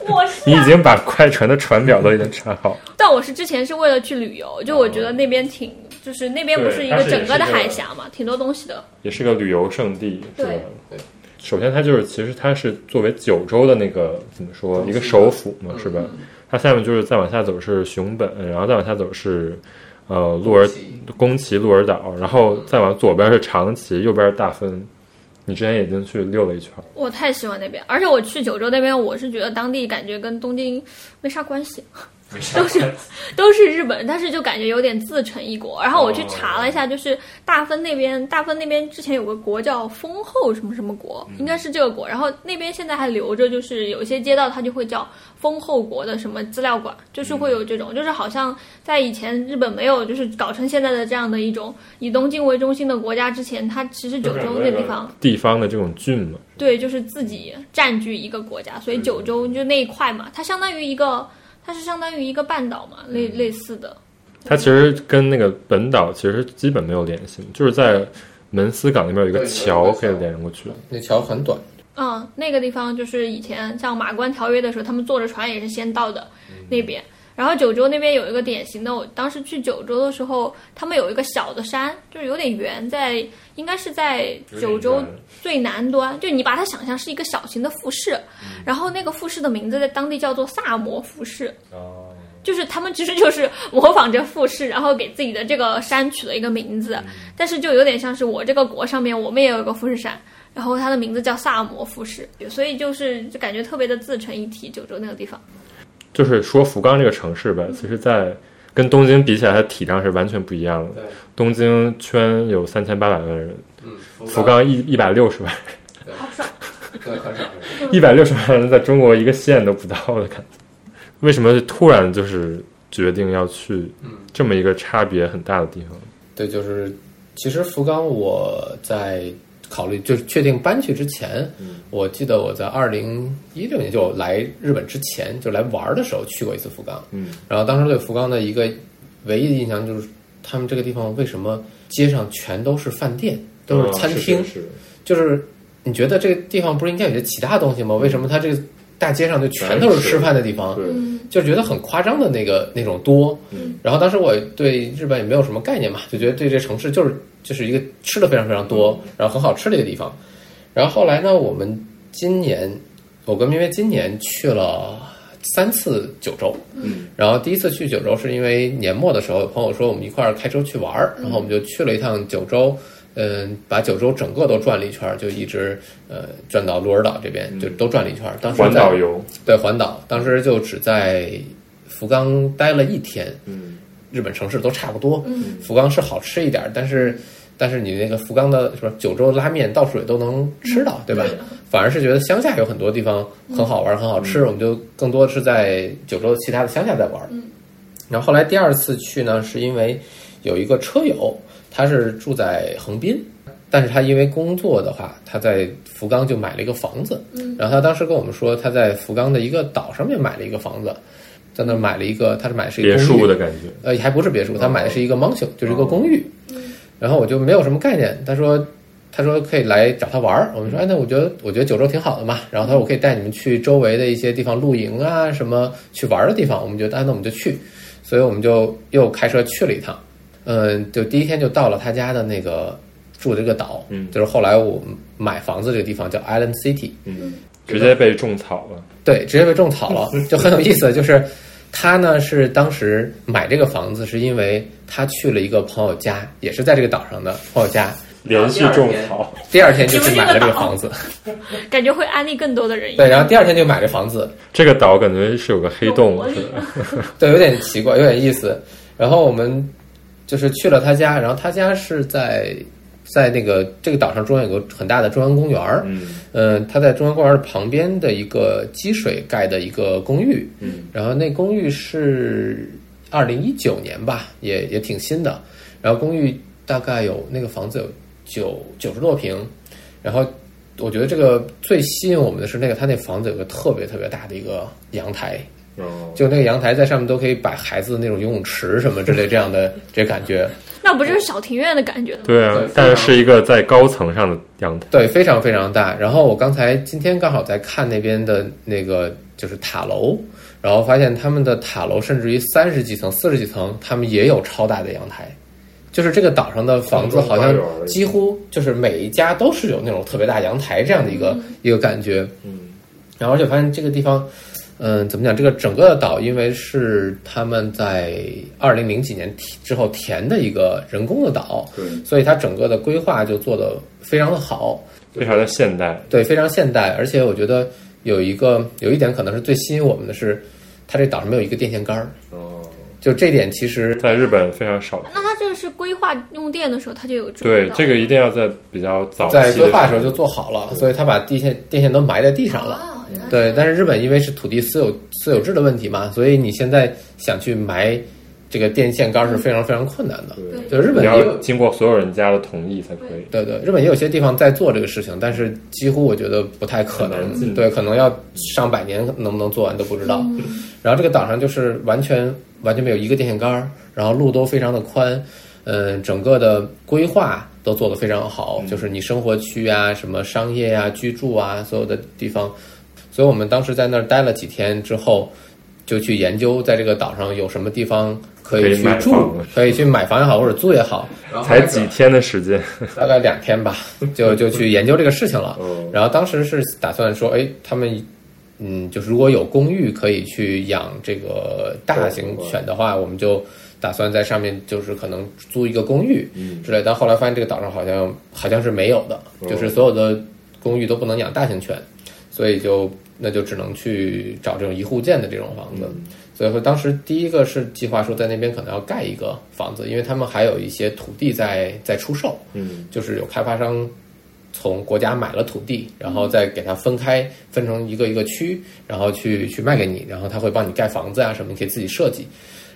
我是
你已经把快船的船表都已经查好。
但我是之前是为了去旅游，就我觉得那边挺，就是那边不是一个
对
整个的
它是
海峡嘛，挺多东西的。
也是个旅游胜地，是吧
对？
首先，它就是其实它是作为九州的那个怎么说一个首府嘛，是吧？它下面就是再往下走是熊本，然后再往下走是呃鹿儿宫崎鹿儿岛，然后再往左边是长崎，右边是大分。你之前已经去溜了一圈儿，
我太喜欢那边，而且我去九州那边，我是觉得当地感觉跟东京没啥关系，都是都是日本，但是就感觉有点自成一国。然后我去查了一下，就是大分那边，大分那边之前有个国叫丰后什么什么国，应该是这个国。然后那边现在还留着，就是有一些街道它就会叫丰后国的什么资料馆，就是会有这种，就是好像在以前日本没有就是搞成现在的这样的一种以东京为中心的国家之前，它其实九州那地方。
地方的这种郡嘛，
对，就是自己占据一个国家，所以九州就那一块嘛，它相当于一个，它是相当于一个半岛嘛，类类似的。
它其实跟那个本岛其实基本没有联系，就是在门司港那边有一个
对
桥
有一个
可以
桥
连过去。
那桥很短，
嗯，那个地方就是以前像马关条约的时候，他们坐着船也是先到的那边。然后九州那边有一个典型的，我当时去九州的时候，他们有一个小的山，就是有点圆，在应该是在九州最南端，就你把它想象是一个小型的富士，然后那个富士的名字在当地叫做萨摩富士。就是他们其实就是模仿着富士，然后给自己的这个山取了一个名字，
嗯
但是就有点像是我这个国上面我们也有一个富士山，然后它的名字叫萨摩富士，所以就是就感觉特别的自成一体。九州那个地方，
就是说福冈这个城市吧，其实在跟东京比起来，它体量是完全不一样
对。
的东京圈有三千八百万人，
嗯，
福冈一一百六十 万，
好爽！
对，很少。
一百六十万人在中国一个县都不到的感觉。为什么突然就是决定要去
嗯
这么一个差别很大的地方？
对，就是其实福冈我在考虑就是确定搬去之前，我记得我在二零一六年就来日本之前就来玩的时候去过一次福冈，
嗯，
然后当时对福冈的一个唯一的印象就是他哦们这个地方为什么街上全都是饭店，都是餐厅，
嗯是
就是你觉得这个地方不是应该有些其他东西吗？为什么它这个大街上就全都是吃饭的地方？
对，
嗯
就觉得很夸张的那个那种多。
嗯，
然后当时我对日本也没有什么概念嘛，就觉得对这城市就是就是一个吃的非常非常多，
嗯
然后很好吃的一个地方。然后后来呢，我们今年我跟咩咩今年去了三次九州，
嗯，
然后第一次去九州是因为年末的时候，有朋友说我们一块儿开车去玩儿，
嗯
然后我们就去了一趟九州。嗯，把九州整个都转了一圈儿，就一直呃转到鹿儿岛这
嗯
边，就都转了一圈儿。当时
环
在
岛游，
对环岛，当时就只在福冈待了一天，
嗯，
日本城市都差不多。
嗯
福冈是好吃一点儿，嗯但是但是你那个福冈的什么九州拉面到处也都能吃到，对吧？反而是觉得乡下有很多地方很好玩、很好吃，我们就更多是在九州其他的乡下在玩。
嗯
然后后来第二次去呢，是因为有一个车友，他是住在横滨，但是他因为工作的话，他在福冈就买了一个房子。
嗯
然后他当时跟我们说，他在福冈的一个岛上面买了一个房子，在那儿买了一个，他是买的是一个
别
公
墅
寓
的感觉，
呃，还不是别墅，他买的是一个 mansion，、就是一个公寓。
嗯
然后我就没有什么概念，他说他说可以来找他玩儿，我们说哎，那我觉得我觉得九州挺好的嘛，然后他说我可以带你们去周围的一些地方露营啊，什么去玩儿的地方，我们觉得哎，那我们就去，所以我们就又开车去了一趟，嗯，就第一天就到了他家的那个住的这个岛，
嗯
就是后来我买房子这个地方叫 Island City，
嗯，直接被种草了，
对，直接被种草 了，就很有意思。就是他呢是当时买这个房子，是因为他去了一个朋友家，也是在这个岛上的朋友家，
连续种草，
第二天就去买了这个房子。
感觉会安利更多的人一样。
对，然后第二天就买这房子，
这个岛感觉是有个黑
有
洞
活，力
是吧？
对，有点奇怪，有点意思。然后我们就是去了他家，然后他家是在在那个这个岛上中央有个很大的中央公园儿，
嗯
嗯，他在中央公园旁边的一个积水盖的一个公寓，嗯，然后那公寓是二零一九年吧，也也挺新的，然后公寓大概有那个房子有九九十多平，然后我觉得这个最吸引我们的是那个他那房子有个特别特别大的一个阳台，
哦，
就那个阳台在上面都可以摆孩子的那种游泳池什么之类这样的这感觉，
那不就是小庭院的感觉吗？
对啊
对，
但是是一个在高层上的阳台，
对，非常非常大。然后我刚才今天刚好在看那边的那个就是塔楼，然后发现他们的塔楼甚至于三十几层、四十几层，他们也有超大的阳台。就是这个岛上的房子好像几乎就是每一家都是有那种特别大阳台这样的一个、一个感觉。
嗯，
然后而且发现这个地方，嗯、怎么讲？这个整个岛因为是他们在二零零几年提之后填的一个人工的岛，
对，
所以它整个的规划就做得非常的好。
非常的现代，
对，非常现代，而且我觉得有一个有一点可能是最吸引我们的是，它这岛上没有一个电线杆儿，
哦，
就这点其实
在日本非常少见。
那它这个是规划用电的时候，它就有注意
对，
到
这个一定要在比较早
在
期
规划的
时
时候就做好了，所以它把地线电线都埋在地上了。
哦，原来
对，但是日本因为是土地私有私有制的问题嘛，所以你现在想去埋这个电线杆儿是非常非常困难的。
嗯对
就日本
你
也
要
有。
经过所有人家的同意才可以。
对对，日本也有些地方在做这个事情，但是几乎我觉得不太可
很难
能。
进
对，可能要上百年能不能做完都不知道。然后这个岛上就是完全完全没有一个电线杆儿，然后路都非常的宽，嗯，整个的规划都做得非常好，
嗯
就是你生活区啊、什么商业啊、居住啊，所有的地方。所以我们当时在那儿待了几天之后，就去研究在这个岛上有什么地方可
可以
以去
买
住
房，
可以去买房也好，或者租也好。
才几天的时间，
大概两天吧，就就去研究这个事情了
哦。
然后当时是打算说，哎，他们，嗯，就是如果有公寓可以去养这个大型犬的话，我们就打算在上面就是可能租一个公寓之类的。但后来发现这个岛上好像好像是没有的，就是所有的公寓都不能养大型犬，所以就那就只能去找这种一户建的这种房子。所以说，当时第一个是计划说在那边可能要盖一个房子，因为他们还有一些土地在在出售，
嗯，
就是有开发商从国家买了土地，然后再给它分开，分成一个一个区，然后去去卖给你，然后他会帮你盖房子啊什么，你可以自己设计。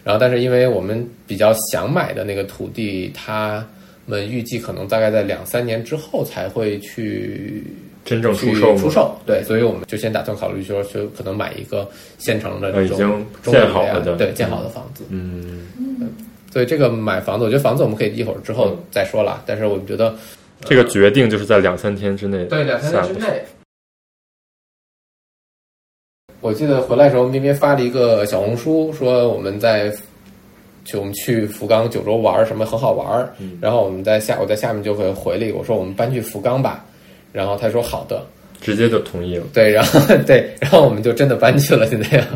然后，但是因为我们比较想买的那个土地，他们预计可能大概在两三年之后才会去
真正
去
出售吗
出售，对，所以我们就先打算考虑说，就可能买一个现成的
呃
那
已
种
经
中等
建好
呀
了的
对建好的房子，
嗯，嗯
所以这个买房子，我觉得房子我们可以一会儿之后再说啦。但是我们觉得
这个决定就是在两三天之内
对，两三
下
天
的
之。内。我记得回来的时候，咩咩发了一个小红书，说我们在就我们去福冈九州玩儿，什么很好玩儿。然后我们在下我在下面就会回了一个，我说我们搬去福冈吧。然后他说好的，
直接就同意了。
对，然后 对，然后我们就真的搬去了，就那样。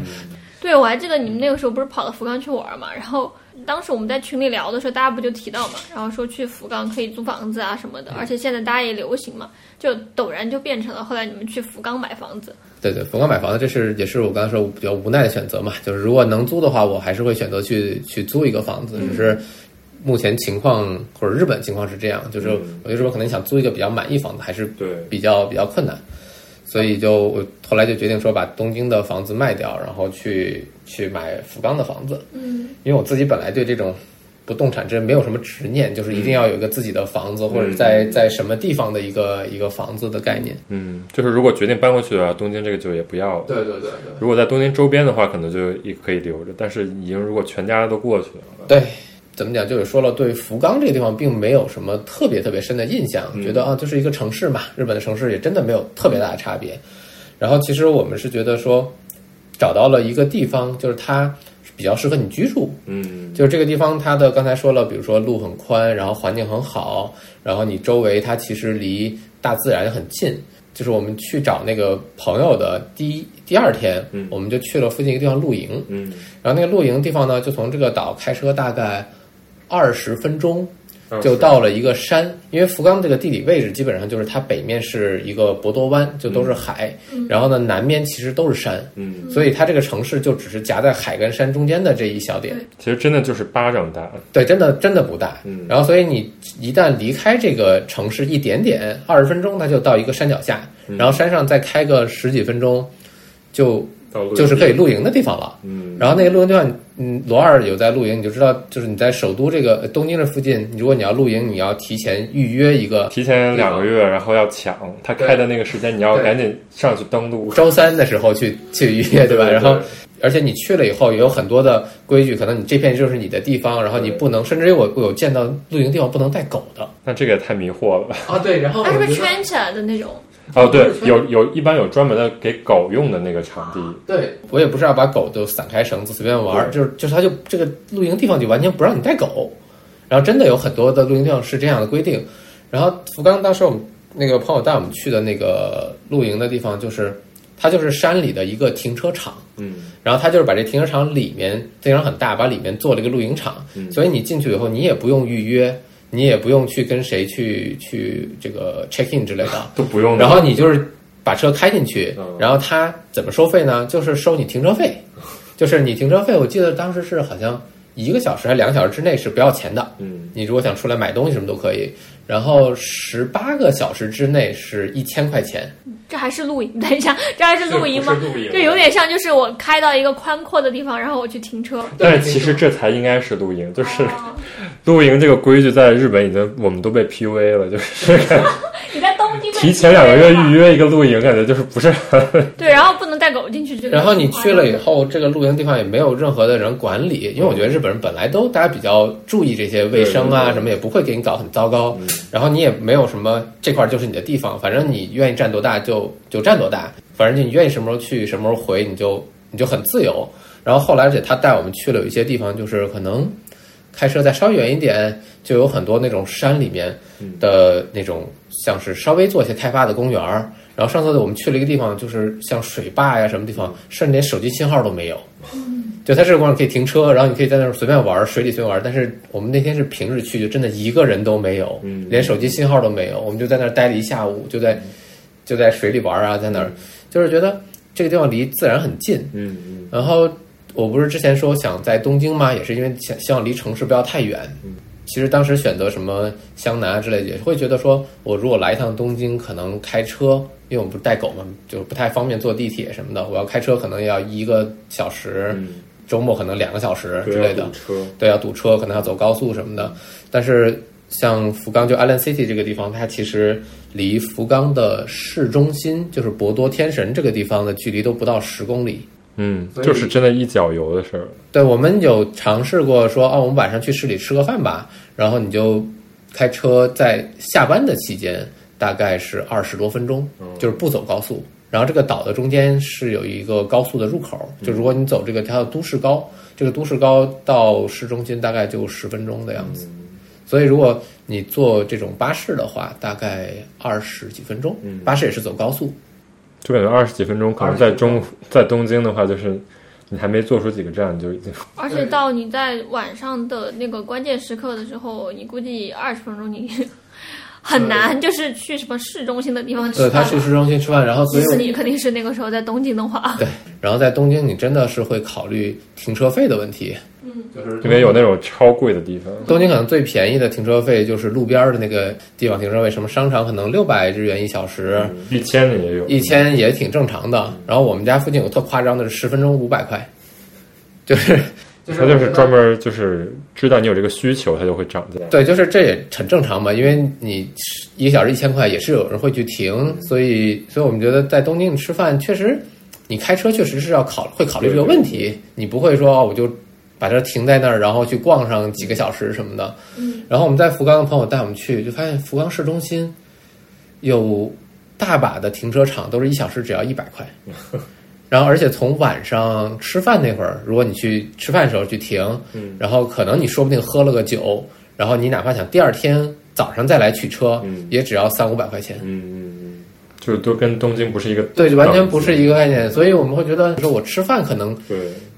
对，我还记得你们那个时候不是跑到福冈去玩嘛，然后当时我们在群里聊的时候，大家不就提到嘛，然后说去福冈可以租房子啊什么的，而且现在大家也流行嘛，就陡然就变成了后来你们去福冈买房子。
对对，福冈买房子，这是也是我刚才说比较无奈的选择嘛。就是如果能租的话，我还是会选择去去租一个房子。只是目前情况或者日本情况是这样，就是我就说可能想租一个比较满意房子，还是
对
比较比较困难。所以就我后来就决定说把东京的房子卖掉，然后去去买福冈的房子。
嗯，
因为我自己本来对这种不动产真没有什么执念，就是一定要有一个自己的房子，或者在在什么地方的一个一个房子的概念。
嗯，就是如果决定搬过去的话，东京这个就也不要了。
对对对对。
如果在东京周边的话，可能就也可以留着。但是已经如果全家都过去了，
对，怎么讲？就是说了，对福冈这个地方并没有什么特别特别深的印象，
嗯
觉得啊，就是一个城市嘛，日本的城市也真的没有特别大的差别。然后其实我们是觉得说，找到了一个地方，就是它比较适合你居住，
嗯，
就是这个地方，它的刚才说了，比如说路很宽，然后环境很好，然后你周围它其实离大自然很近。就是我们去找那个朋友的第一第二天，
嗯
我们就去了附近一个地方露营，
嗯，
然后那个露营地方呢，就从这个岛开车大概二十分钟
嗯
就到了一个山，因为福冈这个地理位置基本上就是它北面是一个博多湾，就都是海，然后呢南面其实都是山，
嗯，
所以它这个城市就只是夹在海跟山中间的这一小点。
其实真的就是巴掌大。
对，真的真的不大。
嗯
然后所以你一旦离开这个城市一点点，二十分钟它就到一个山脚下，
嗯
然后山上再开个十几分钟，就
到露营
就是可以露营的地方了。
嗯，
然后那个露营地方，嗯，罗二有在露营，你就知道，就是你在首都这个呃东京这附近，如果你要露营，你要提前预约一个
提前两个月，然后要抢他开的那个时间，你要
对
赶紧上去登录。
周三的时候去去预约，对吧？
对对
然后，而且你去了以后，也有很多的规矩，可能你这片就是你的地方，然后你
对
不能，甚至于我我有见到露营地方不能带狗的
那这个也太迷惑了吧。
啊，对，然后
它是不是圈起来的哎那种？
哦，对，有有一般有专门的给狗用的那个场地，
对我也不是要把狗就散开绳子随便玩儿，就是就是它就这个露营地方就完全不让你带狗，然后真的有很多的露营地方是这样的规定。然后福冈当时我们那个朋友带我们去的那个露营的地方，就是它就是山里的一个停车场，
嗯，
然后他就是把这停车场里面停车场很大，把里面做了一个露营场，所以你进去以后你也不用预约，你也不用去跟谁去去这个 check in 之类的，
都不用的。
然后你就是把车开进去
嗯，
然后他怎么收费呢？就是收你停车费，就是你停车费，我记得当时是好像一个小时还两个小时之内是不要钱的。
嗯，
你如果想出来买东西什么都可以，然后十八个小时之内是一千块钱，
这还是露营？等一下，这还是露营吗
这？不是露营
这有点像就是我开到一个宽阔的地方，然后我去停车。
但是其实这才应该是露营，就是
哦
露营这个规矩在日本已经我们都被 PUA 了， 就是
你在东京
提前两个月预约一个露营，感觉就是不是很
对，然后不能带狗进去。这个
然后你去了以后，这个露营地方也没有任何的人管理，
嗯
因为我觉得日本人本来都大家比较注意这些卫生
对对
啊
对嗯
什么，也不会给你搞很糟糕。然后你也没有什么这块儿就是你的地方，反正你愿意占多大就就占多大，反正就你愿意什么时候去什么时候回，你就你就很自由。然后后来，而且他带我们去了有一些地方，就是可能开车再稍远一点，就有很多那种山里面的那种，像是稍微做一些开发的公园儿。然后上次我们去了一个地方，就是像水坝呀什么地方，甚至连手机信号都没有。就它这个公园可以停车，然后你可以在那儿随便玩儿，水里随便玩儿。但是我们那天是平日去，就真的一个人都没有，连手机信号都没有。我们就在那儿待了一下午，就在就在水里玩儿啊，在那儿就是觉得这个地方离自然很近，
嗯嗯
然后我不是之前说想在东京吗？也是因为想希望离城市不要太远。其实当时选择什么湘南之类的，也会觉得说，我如果来一趟东京，可能开车，因为我们不是带狗嘛，就不太方便坐地铁什么的。我要开车，可能要一个小时，周末可能两个小时之类的。
啊车，
嗯对，要堵车，可能要走高速什么的。但是像福冈就 Island City 这个地方，它其实离福冈的市中心，就是博多天神这个地方的距离都不到十公里。
嗯，
所以
就是真的一脚油的事儿。
对，我们有尝试过说，哦，我们晚上去市里吃个饭吧，然后你就开车在下班的期间大概是二十多分钟，就是不走高速。然后这个岛的中间是有一个高速的入口，就如果你走这个它叫都市高，这个都市高到市中心大概就十分钟的样子。所以如果你坐这种巴士的话，大概二十几分钟，巴士也是走高速。
就感觉二十几分钟，可能在中在东京的话，就是你还没坐出几个站就已经
而且到你在晚上的那个关键时刻的时候，你估计二十分钟你很难，就是去什么市中心的地方吃
对，它
饭。
去市中心吃饭，然后所
即
以
使
我
你肯定是那个时候在东京的话，
对，然后在东京你真的是会考虑停车费的问题。
就是
因为有那种超贵的地方，
东京可能最便宜的停车费就是路边儿的那个地方停车位，什么商场可能六百日元一小时，
一千的也有，
一千也挺正常的。然后我们家附近有特夸张的是十分钟五百块，就是
就是
它就是专门就是知道你有这个需求，它就会涨价。
对，就是这也很正常嘛，因为你一个小时一千块也是有人会去停，所以所以我们觉得在东京吃饭确实，你开车确实是要考会考虑这个问题，你不会说哦我就把车停在那儿，然后去逛上几个小时什么的。
嗯，
然后我们在福冈的朋友带我们去，就发现福冈市中心有大把的停车场，都是一小时只要一百 块。然后，而且从晚上吃饭那会儿，如果你去吃饭的时候去停，
嗯
然后可能你说不定喝了个酒，然后你哪怕想第二天早上再来取车，
嗯
也只要三五百块钱。
嗯嗯嗯，就是都跟东京不是一个
对，就完全不是一
个
个概念，所以我们会觉得说，我吃饭可能
对，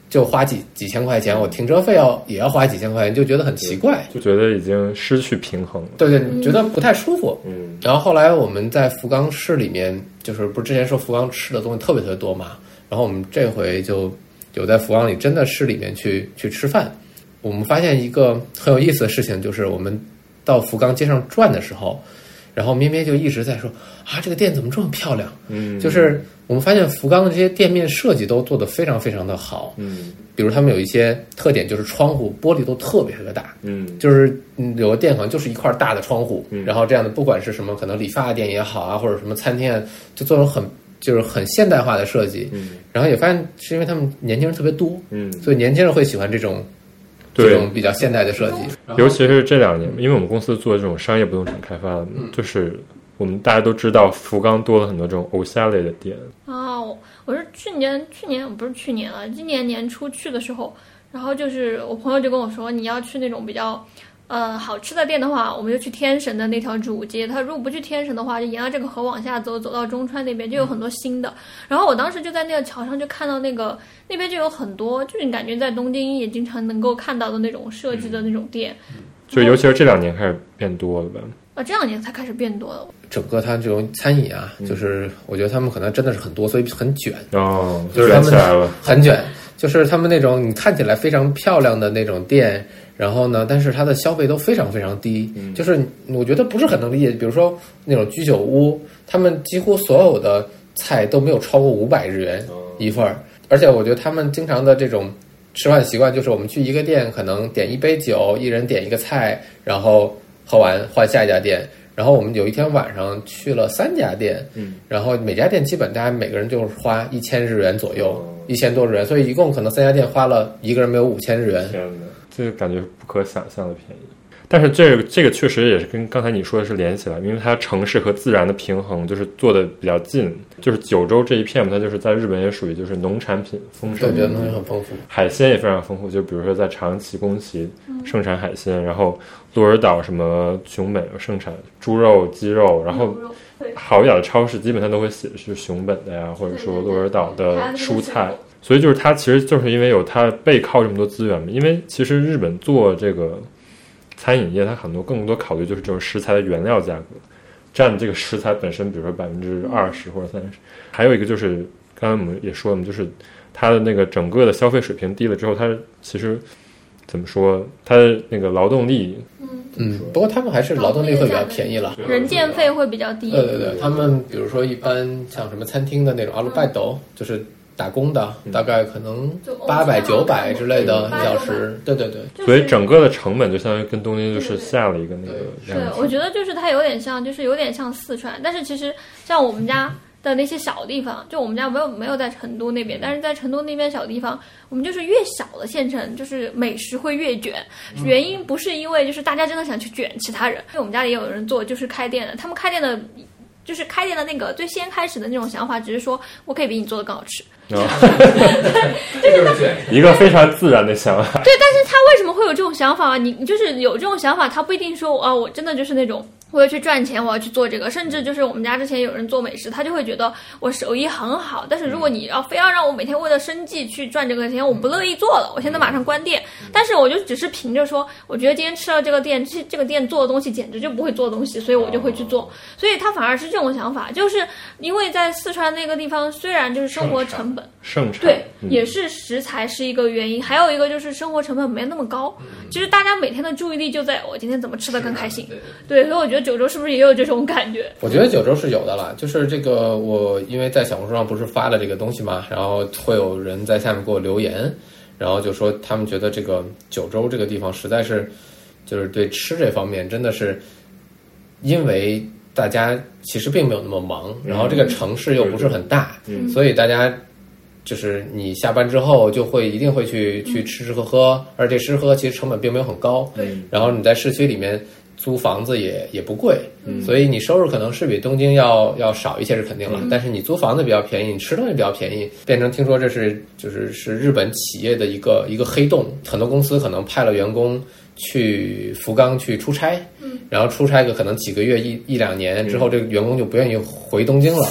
就花几几千块钱，我停车费要也要花几千块钱，就觉得很奇怪，
就觉得已经失去平衡了。
对对，觉得不太舒服。
嗯，
然后后来我们在福冈市里面，就是不是之前说福冈吃的东西特别特别多嘛？然后我们这回就有在福冈里真的市里面去去吃饭。我们发现一个很有意思的事情，就是我们到福冈街上转的时候，然后咩咩就一直在说啊，这个店怎么这么漂亮？
嗯
就是我们发现福冈的这些店面设计都做得非常非常的好，
嗯
比如他们有一些特点就是窗户玻璃都特别特别大，
嗯
就是嗯有的店可能就是一块大的窗户，
嗯
然后这样的不管是什么，可能理发店也好啊，或者什么餐厅啊，就做成很就是很现代化的设计。
嗯
然后也发现是因为他们年轻人特别多，
嗯，
所以年轻人会喜欢这种这
对
种，比较现代的设计。
尤其是这两年，因为我们公司做这种商业不动产开发，
嗯
就是我们大家都知道，福冈多了很多这种偶像类的店，
啊，我我是去年去年不是去年了，今年年初去的时候，然后就是我朋友就跟我说，你要去那种比较。呃，好吃的店的话，我们就去天神的那条主街。他如果不去天神的话，就沿着这个河往下走，走到中川那边
嗯
就有很多新的。然后我当时就在那个桥上就看到那个那边就有很多，就是你感觉在东京也经常能够看到的那种设计的
嗯
那种店。
哦
就尤其是这两年开始变多了吧。
啊，这两年才开始变多的。
整个它这种餐饮啊，
嗯
就是我觉得他们可能真的是很多，所以很卷，
哦，
就是他
卷起
们
来了。
很卷。就是他们那种你看起来非常漂亮的那种店，然后呢，但是它的消费都非常非常低，
嗯
就是我觉得不是很能理解。比如说那种居酒屋，他们几乎所有的菜都没有超过五百日元
哦
一份儿，而且我觉得他们经常的这种吃饭习惯就是我们去一个店，可能点一杯酒，一人点一个菜，然后喝完换下一家店。然后我们有一天晚上去了三家店，
嗯，
然后每家店基本大家每个人就是花一千日元左
哦
右，一千多日元，所以一共可能三家店花了一个人没有五千日元，
天哪，这个感觉不可想象的便宜。但是这个这个确实也是跟刚才你说的是连起来，因为它城市和自然的平衡就是做的比较近，就是九州这一片嘛，它就是在日本也属于就是农产品丰
对，
盛
我觉
的
得东西很丰富。
海鲜也非常丰富，就比如说在长崎、宫崎盛产海鲜，然后鹿儿岛什么熊本盛产猪肉、鸡肉，然后好一点的超市基本上都会写的是熊本的呀，或者说鹿儿岛的蔬菜。所以就是它其实就是因为有它背靠这么多资源嘛，因为其实日本做这个餐饮业，它很多更多考虑就是这种食材的原料价格，占这个食材本身，比如说百分之二
嗯
十或者三十。还有一个就是刚才我们也说了嘛，就是它的那个整个的消费水平低了之后，它其实怎么说，它的那个劳动力
嗯，不过他们还是劳动力会比较便宜了。
人件费会比较低。
呃
对对对，他们比如说一般像什么餐厅的那种阿鲁拜斗，就是打工的，
嗯
大概可能
就欧
八百
洲
九百
那种
之类的
800
一小时。对对对，
就是
所以整个的成本就相当于跟东京就是下了一个那个
对
对
量，级。
我觉得就是它有点像，就是有点像四川，但是其实像我们家。的那些小地方，就我们家没有没有在成都那边，但是在成都那边小地方，我们就是越小的县城，就是美食会越卷。原因不是因为就是大家真的想去卷其他人，因为我们家里也有人做就是开店的，他们开店的。就是开店的那个最先开始的那种想法，只是说我可以比你做的更好吃，
然后
这就是卷。
一个非常自然的想法，
对，但是他为什么会有这种想法啊？你你就是有这种想法，他不一定说啊，我真的就是那种我要去赚钱，我要去做这个。甚至就是我们家之前有人做美食，他就会觉得我手艺很好，但是如果你要非要让我每天为了生计去赚这个钱，我不乐意做了，我现在马上关店。但是我就只是凭着说，我觉得今天吃了这个店，这这个店做的东西简直就不会做的东西，所以我就会去做。所以他反而是这种想法，就是因为在四川那个地方，虽然就是生活成本。
盛产
对，
嗯
也是食材是一个原因，还有一个就是生活成本没那么高。
嗯
其实大家每天的注意力就在我今天怎么吃的更开心。对，所以我觉得九州是不是也有这种感觉？
我觉得九州是有的啦，就是这个我因为在小红书上不是发了这个东西嘛，然后会有人在下面给我留言，然后就说他们觉得这个九州这个地方实在是，就是对吃这方面真的是，因为大家其实并没有那么忙，然后这个城市又不是很大，
嗯
所以大家就是你下班之后就会一定会去去吃吃喝喝，而且吃吃喝喝其实成本并没有很高，
对
然后你在市区里面租房子也也不贵，所以你收入可能是比东京要要少一些是肯定了，但是你租房子比较便宜，你吃东西比较便宜，变成听说这是就是是日本企业的一个一个黑洞，很多公司可能派了员工。去福冈去出差，然后出差个可能几个月一一两年之后，这个员工就不愿意回东京了，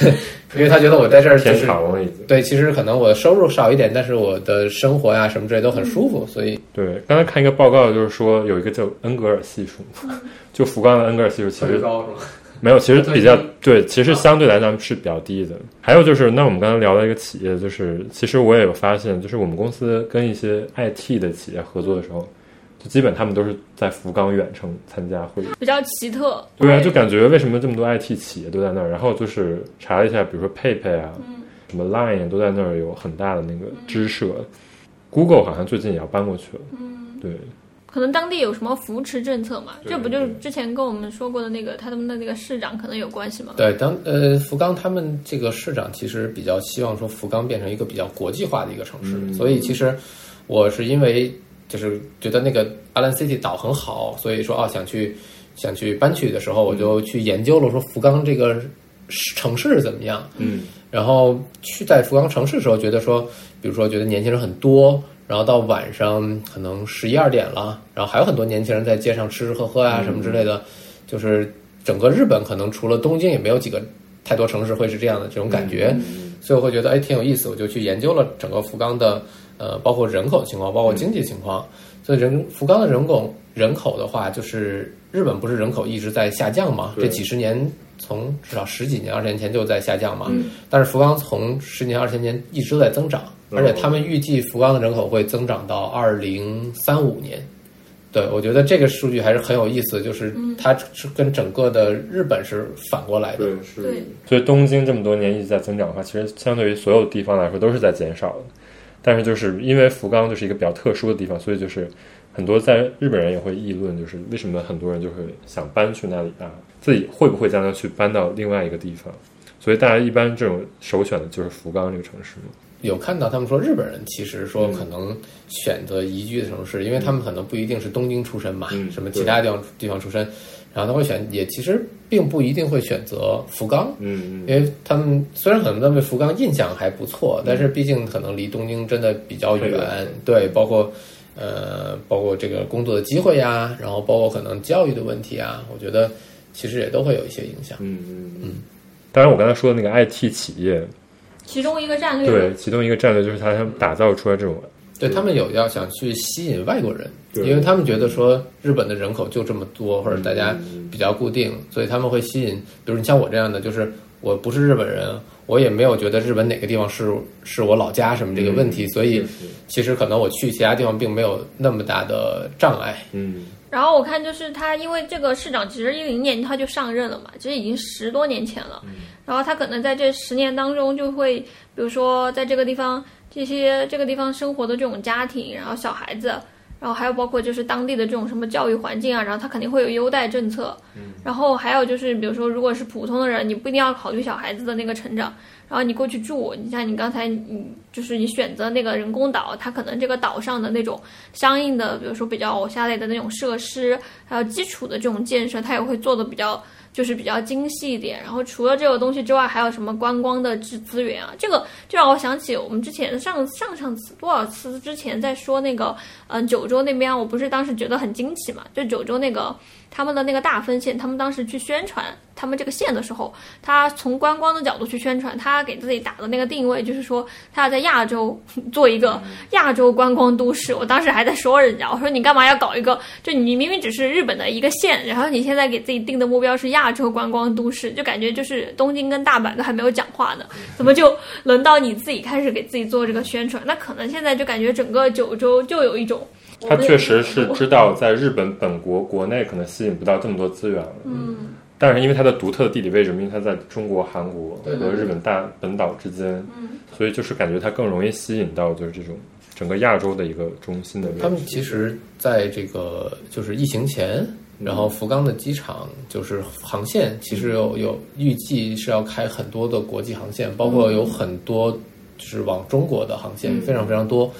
因为他觉得我在这儿就
天
是
堂了已经。
对，其实可能我收入少一点，但是我的生活呀、什么之类都很舒服，所以
对，刚才看一个报告，就是说有一个叫恩格尔系数，
嗯
就福冈的恩格尔系数其实
高是吧？
没有，其实比较
最低
对，其实相对来讲是比较低的。还有就是，那我们刚才聊到一个企业，就是其实我也有发现，就是我们公司跟一些 IT 的企业合作的时候，就基本他们都是在福冈远程参加会议。
比较奇特。
对啊，就感觉为什么这么多 IT 企业都在那儿？然后就是查了一下，比如说佩佩啊，什么 Line 啊都在那儿有很大的那个支社。Google 好像最近也要搬过去了。嗯，对，
可能当地有什么扶持政策嘛？
对
这不就是之前跟我们说过的那个他们的那个市长可能有关系吗？
对，当呃福冈他们这个市长其实比较希望说福冈变成一个比较国际化的一个城市，所以其实我是因为就是觉得那个 Island City 岛很好，所以说啊想去想去搬去的时候，我就去研究了说福冈这个市城市怎么样，
嗯，
然后去在福冈城市的时候，觉得说，比如说觉得年轻人很多，然后到晚上可能十一二点了，然后还有很多年轻人在街上吃吃喝喝啊什么之类的，就是整个日本可能除了东京也没有几个太多城市会是这样的这种感觉，所以我会觉得哎挺有意思，我就去研究了整个福冈的呃包括人口情况，包括经济情况，所以人福冈的人口人口的话，就是日本不是人口一直在下降嘛，
对
这几十年从至少十几年、二十年前就在下降嘛，但是福冈从十年、二十年一直都在增长，
嗯
而且他们预计福冈的人口会增长到二零三五年。对，我觉得这个数据还是很有意思，就是它是跟整个的日本是反过来的。
对，是
对
所以东京这么多年一直在增长的话，其实相对于所有地方来说都是在减少的。但是就是因为福冈就是一个比较特殊的地方，所以就是很多在日本人也会议论，就是为什么很多人就会想搬去那里啊，自己会不会将来去搬到另外一个地方？所以大家一般这种首选的就是福冈这个城市嘛。
有看到他们说日本人其实说
嗯
可能选择宜居的城市，因为他们可能不一定是东京出身嘛，
嗯
什么
对
其他地方地方出身，然后他会选，也其实并不一定会选择福冈，
嗯
因为他们虽然可能他们福冈印象还不错，但是毕竟可能离东京真的比较
太
远
远，
对，包括呃，包括这个工作的机会呀，然后包括可能教育的问题啊，我觉得其实也都会有一些影响。
嗯嗯嗯。当然，我刚才说的那个 IT 企业，
其中一个战略嘛
对，其中一个战略就是他想打造出来这种
对他们有要想去吸引外国人，
对
因为他们觉得说日本的人口就这么多，或者大家比较固定，所以他们会吸引，比如你像我这样的，就是我不是日本人，我也没有觉得日本哪个地方是是我老家什么这个问题，所以其实可能我去其他地方并没有那么大的障碍。
嗯
然后我看就是他，因为这个市长其实一零年他就上任了嘛，其实已经十多年前了。然后他可能在这十年当中，就会比如说在这个地方这些这个地方生活的这种家庭，然后小孩子，然后还有包括就是当地的这种什么教育环境啊，然后它肯定会有优待政策，然后还有就是比如说如果是普通的人，你不一定要考虑小孩子的那个成长，然后你过去住，你像你刚才你就是你选择那个人工岛，它可能这个岛上的那种相应的，比如说比较偶像类的那种设施，还有基础的这种建设，它也会做的比较就是比较精细一点。然后除了这个东西之外，还有什么观光的资资源啊？这个就让我想起我们之前上上上次多少次之前在说那个，嗯、九州那边，我不是当时觉得很惊奇嘛？就九州那个他们的那个大分县，他们当时去宣传他们这个县的时候，他从观光的角度去宣传，他给自己打的那个定位就是说，他要在亚洲做一个 亚洲观光都市。我当时还在说人家，我说你干嘛要搞一个？就你明明只是日本的一个县，然后你现在给自己定的目标是亚洲观光都市，就感觉就是东京跟大阪都还没有讲话呢，怎么就轮到你自己开始给自己做这个宣传？那可能现在就感觉整个九州就有一种。
他确实是知道在日本本国国内可能吸引不到这么多资源了，嗯，但是因为它的独特的地理位置，因为它在中国、韩国
对对嗯
和日本大本岛之间，所以就是感觉它更容易吸引到就是这种整个亚洲的一个中心的位置。
他们其实在这个就是疫情前，然后福冈的机场就是航线，其实有有预计是要开很多的国际航线，包括有很多就是往中国的航线，非常非常多。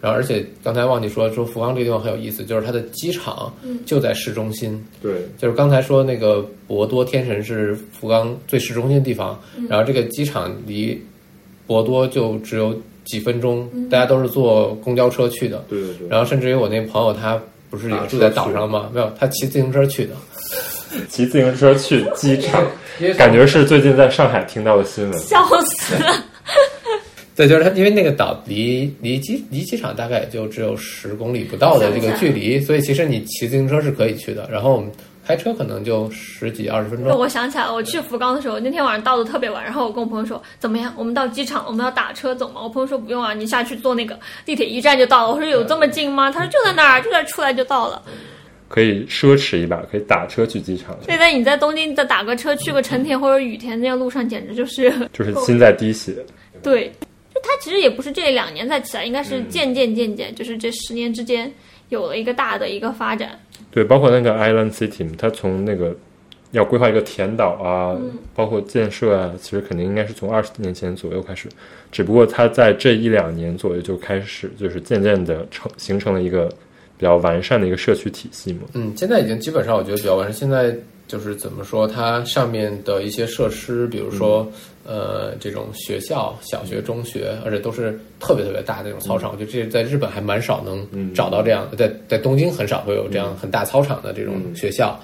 然后，而且刚才忘记说，说福冈这个地方很有意思，就是它的机场就在市中心，
对，
就是刚才说那个博多天神是福冈最市中心的地方，然后这个机场离博多就只有几分钟，大家都是坐公交车去的。
对对
然后甚至于我那朋友他不是也住在岛上吗？没有，他骑自行车去的。
对，骑自行车去机场，感觉是最近在上海听到的新闻。
笑死了。
对，就是他，因为那个岛离离机离机场大概也就只有十公里不到的这个距离，所以其实你骑自行车是可以去的。然后我们开车可能就十几二十分钟。
我想起来了，我去福冈的时候，那天晚上到的特别晚，然后我跟我朋友说，怎么样，我们到机场，我们要打车走吗？我朋友说不用啊，你下去坐那个地铁一站就到了。我说有这么近吗？他说就在那儿，就在出来就到了。
可以奢侈一把，可以打车去机场，
现在你在东京再打个车去个成田或者羽田，那个路上简直就是
就是心在滴血。
对，就它其实也不是这两年才起来，应该
嗯
是渐渐渐渐，就是这十年之间有了一个大的一个发展。
对，包括那个 Island City，它从那个要规划一个填岛啊，包括建设啊，其实肯定应该是从二十年前左右开始，只不过它在这一两年左右就开始，就是渐渐的成形成了一个比较完善的一个社区体系嘛。
嗯，现在已经基本上我觉得比较完善。现在就是怎么说，它上面的一些设施，比如说、呃这种学校、小学、中学，而且都是特别特别大的那种操场。我觉得这在日本还蛮少能找到这样，在在东京很少会有这样很大操场的这种学校。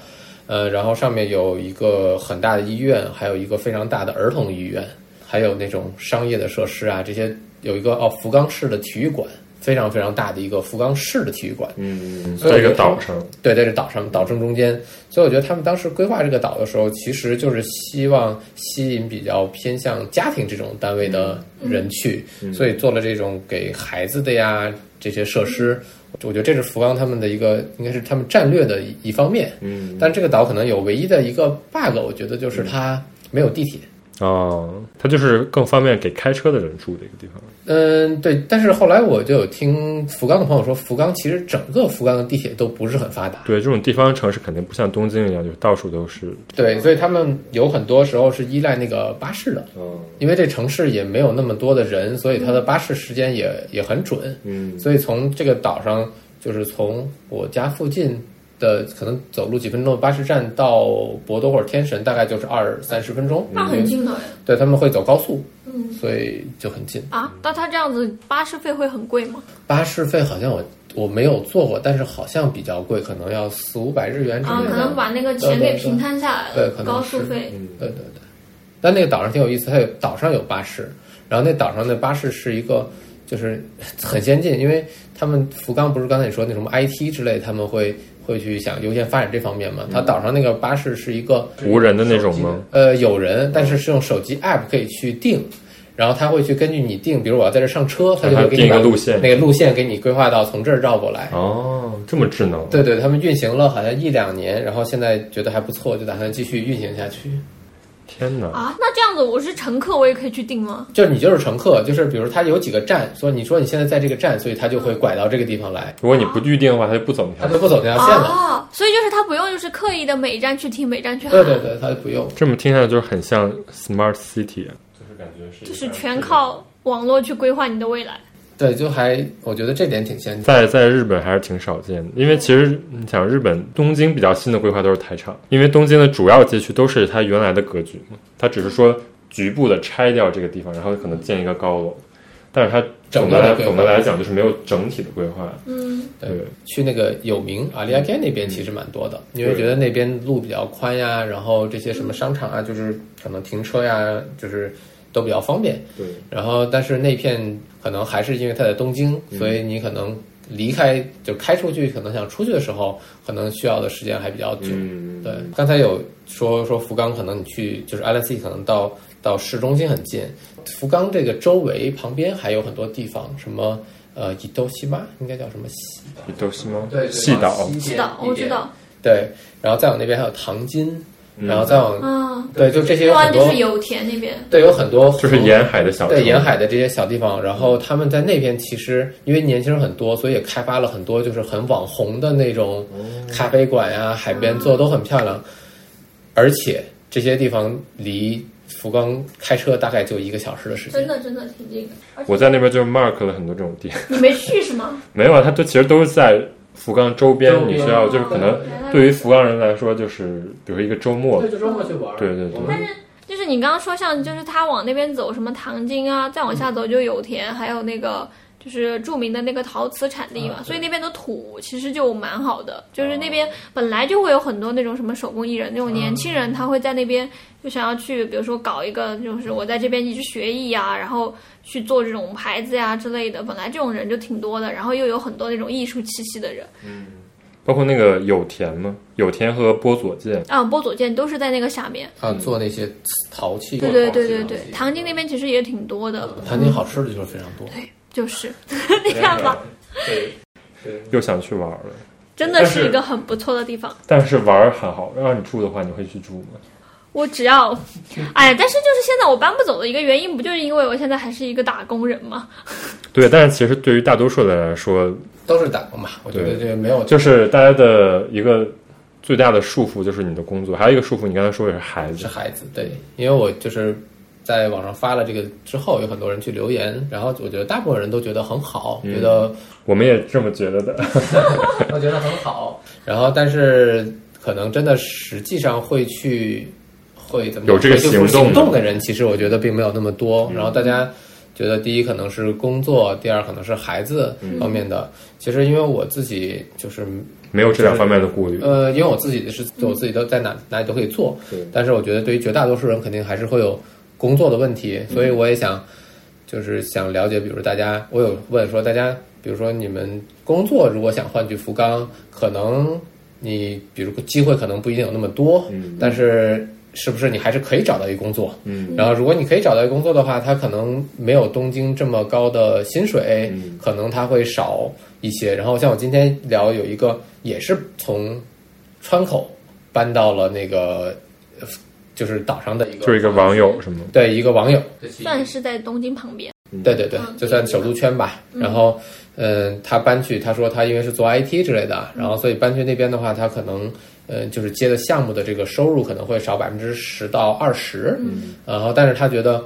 呃，然后上面有一个很大的医院，还有一个非常大的儿童医院，还有那种商业的设施啊，这些有一个哦福冈市的体育馆，非常非常大的一个福冈市的体育馆。
嗯，
所以
在一个
我觉得
岛上，
对，在这岛上岛正中间，所以我觉得他们当时规划这个岛的时候，其实就是希望吸引比较偏向家庭这种单位的人去，所以做了这种给孩子的呀这些设施。我觉得这是福冈他们的一个，应该是他们战略的一一方面。
嗯，
但这个岛可能有唯一的一个 bug，我觉得就是它没有地铁。
哦，它就是更方便给开车的人住的一个地方。
嗯，对。但是后来我就有听福冈的朋友说，福冈其实整个福冈的地铁都不是很发达。
对，这种地方城市肯定不像东京一样，就是到处都是。
对，所以他们有很多时候是依赖那个巴士的，
嗯
因为这城市也没有那么多的人，所以它
嗯
的巴士时间也也很准。
嗯
所以从这个岛上，就是从我家附近的可能走路几分钟的巴士站到博多或者天神，大概就是二三十分钟。
那很近的哎。
对，他们会走高速，
嗯
所以就很近。
啊，那它这样子巴士费会很贵吗？
巴士费好像我我没有坐过，但是好像比较贵，可能要四五百日元之
啊，
类的。
可能把那个钱给平摊下来
对
了
可，能
高速
是嗯
费。
对对对，但那个岛上挺有意思，它有岛上有巴士，然后那岛上的巴士是一个就是很先进，因为他们福冈不是刚才你说那什么 IT 之类，他们会会去想优先发展这方面嘛。
嗯
它岛上那个巴士是一个
无人的那种吗？
呃有人，但是是用手机 app 可以去定。然后他会去根据你定，比如我要在这上车，他就会给你
定一个
把
路线
那个路线给你规划到从这儿绕过来。
哦，这么智能。
对对，他们运行了好像一两年，然后现在觉得还不错，就打算继续运行下去。
天哪！
啊，那这样子我是乘客，我也可以去订吗？
就是你就是乘客，就是比如他有几个站，说你说你现在在这个站，所以他就会拐到这个地方来，
如果你不预定的话，他就不走
他
那条
就
路。
不走那条线了。
哦，所以就是他不用就是刻意的每一站去听，每一站去喊，
对对，对，他就不用。
这么听上来就是很像 smart city，就是感觉是
就是全靠网络去规划你的未来。
对，就还我觉得这点挺先进。
在在日本还是挺少见的，因为其实你想，日本东京比较新的规划都是台场，因为东京的主要街区都是它原来的格局嘛，它只是说局部的拆掉这个地方，然后可能建一个高楼，但是它总的来
整个的规划
总的来讲就是没有整体的规划。
嗯，
对
对，
去那个有名阿利亚街那边其实蛮多的，因为觉得那边路比较宽呀，然后这些什么商场啊，就是可能停车呀，就是都比较方便。
对，
然后，但是那片可能还是因为它在东京，
嗯
所以你可能离开就开出去，可能想出去的时候，可能需要的时间还比较久。
嗯，
对，刚才有说说福冈，可能你去就是 LSE，可能到到市中心很近。福冈这个周围旁边还有很多地方，什么呃伊豆西妈应该叫什么西
也都是吗？
对
细岛，
知道，我知道。
对，然后再往那边还有唐津，
嗯
然后再往、
嗯，
对，就这些
不
有很
然
多
就是油田那边。
对有很多
就是沿海的小
对
城
沿海的这些小地方，然后他们在那边其实因为年轻人很多，所以也开发了很多就是很网红的那种
哦
咖啡馆呀、海边做得都很漂亮，而且这些地方离福冈开车大概就一个小时的时
真
间。
的真的挺近的，而且
我在那边就 mark 了很多这种店，
你没去是吗？
没有啊，它都其实都是在福冈周边
周，边啊
你需要哦就是可能对于福冈人来说，就是比如说一个周末，
就周末去玩
对对对
但是就是你刚刚说像就是他往那边走，什么唐津啊，再往下走就有田，还有那个就是著名的那个陶瓷产地嘛，
啊对
所以那边的土其实就蛮好的，就是那边本来就会有很多那种什么手工艺人，那种年轻人他会在那边就想要去，比如说搞一个就是我在这边一直学艺啊，然后去做这种牌子呀、之类的，本来这种人就挺多的，然后又有很多那种艺术气息的人
包括那个有田嘛，有田和波佐见，
啊，波佐见都是在那个下面，
啊，做那些陶器，
对对对对对，
唐
唐津那边其实也挺多的，
唐津好吃的就是非常多。
就是， 你看吧，
对，又想去玩了。
真的
但
是
是
一个很不错的地方。
但是玩儿还好，让你住的话，你会去住吗？
我 只要，哎呀，但是就是现在我搬不走的一个原因，不就是因为我现在还是一个打工人吗？
对，但是其实对于大多数人来说，
都是打工吧，我觉得
对
这没有
就是大家的一个最大的束缚就是你的工作，还有一个束缚，你刚才说的是孩
是
子。
孩子，对，因为我就是在网上发了这个之后，有很多人去留言，然后我觉得大部分人都觉得很好，
嗯
觉 得
我们也这么觉得的。
都觉得很好，然后但是可能真的实际上会去会怎么讲
有这个
会去
行动的嗯
行动的人，其实我觉得并没有那么多，然后大家。觉得第一可能是工作，第二可能是孩子
嗯
方面的。其实因为我自己就是
没有这两方面的顾虑，
呃，因为我自己的是，我自己都在哪哪里都可以做，但是我觉得对于绝大多数人，肯定还是会有工作的问题，所以我也想，就是想了解，比如大家，我有问说大家，比如说你们工作如果想换去福冈，可能你比如机会可能不一定有那么多，但是是不是你还是可以找到一工作？
嗯，
然后如果你可以找到一工作的话，它可能没有东京这么高的薪水，
嗯
可能它会少一些。然后像我今天聊有一个也是从川口搬到了那个呃就是岛上的一个，
就是一个网友什么，
对一个网友，
算是在东京旁边，
对对对
嗯，
就算首都圈吧。然后，嗯，他搬去，他说他因为是做 IT 之类的，
嗯
然后所以搬去那边的话，他可能，呃，就是接的项目的这个收入可能会少百分之十到二十。
嗯
然后，但是他觉得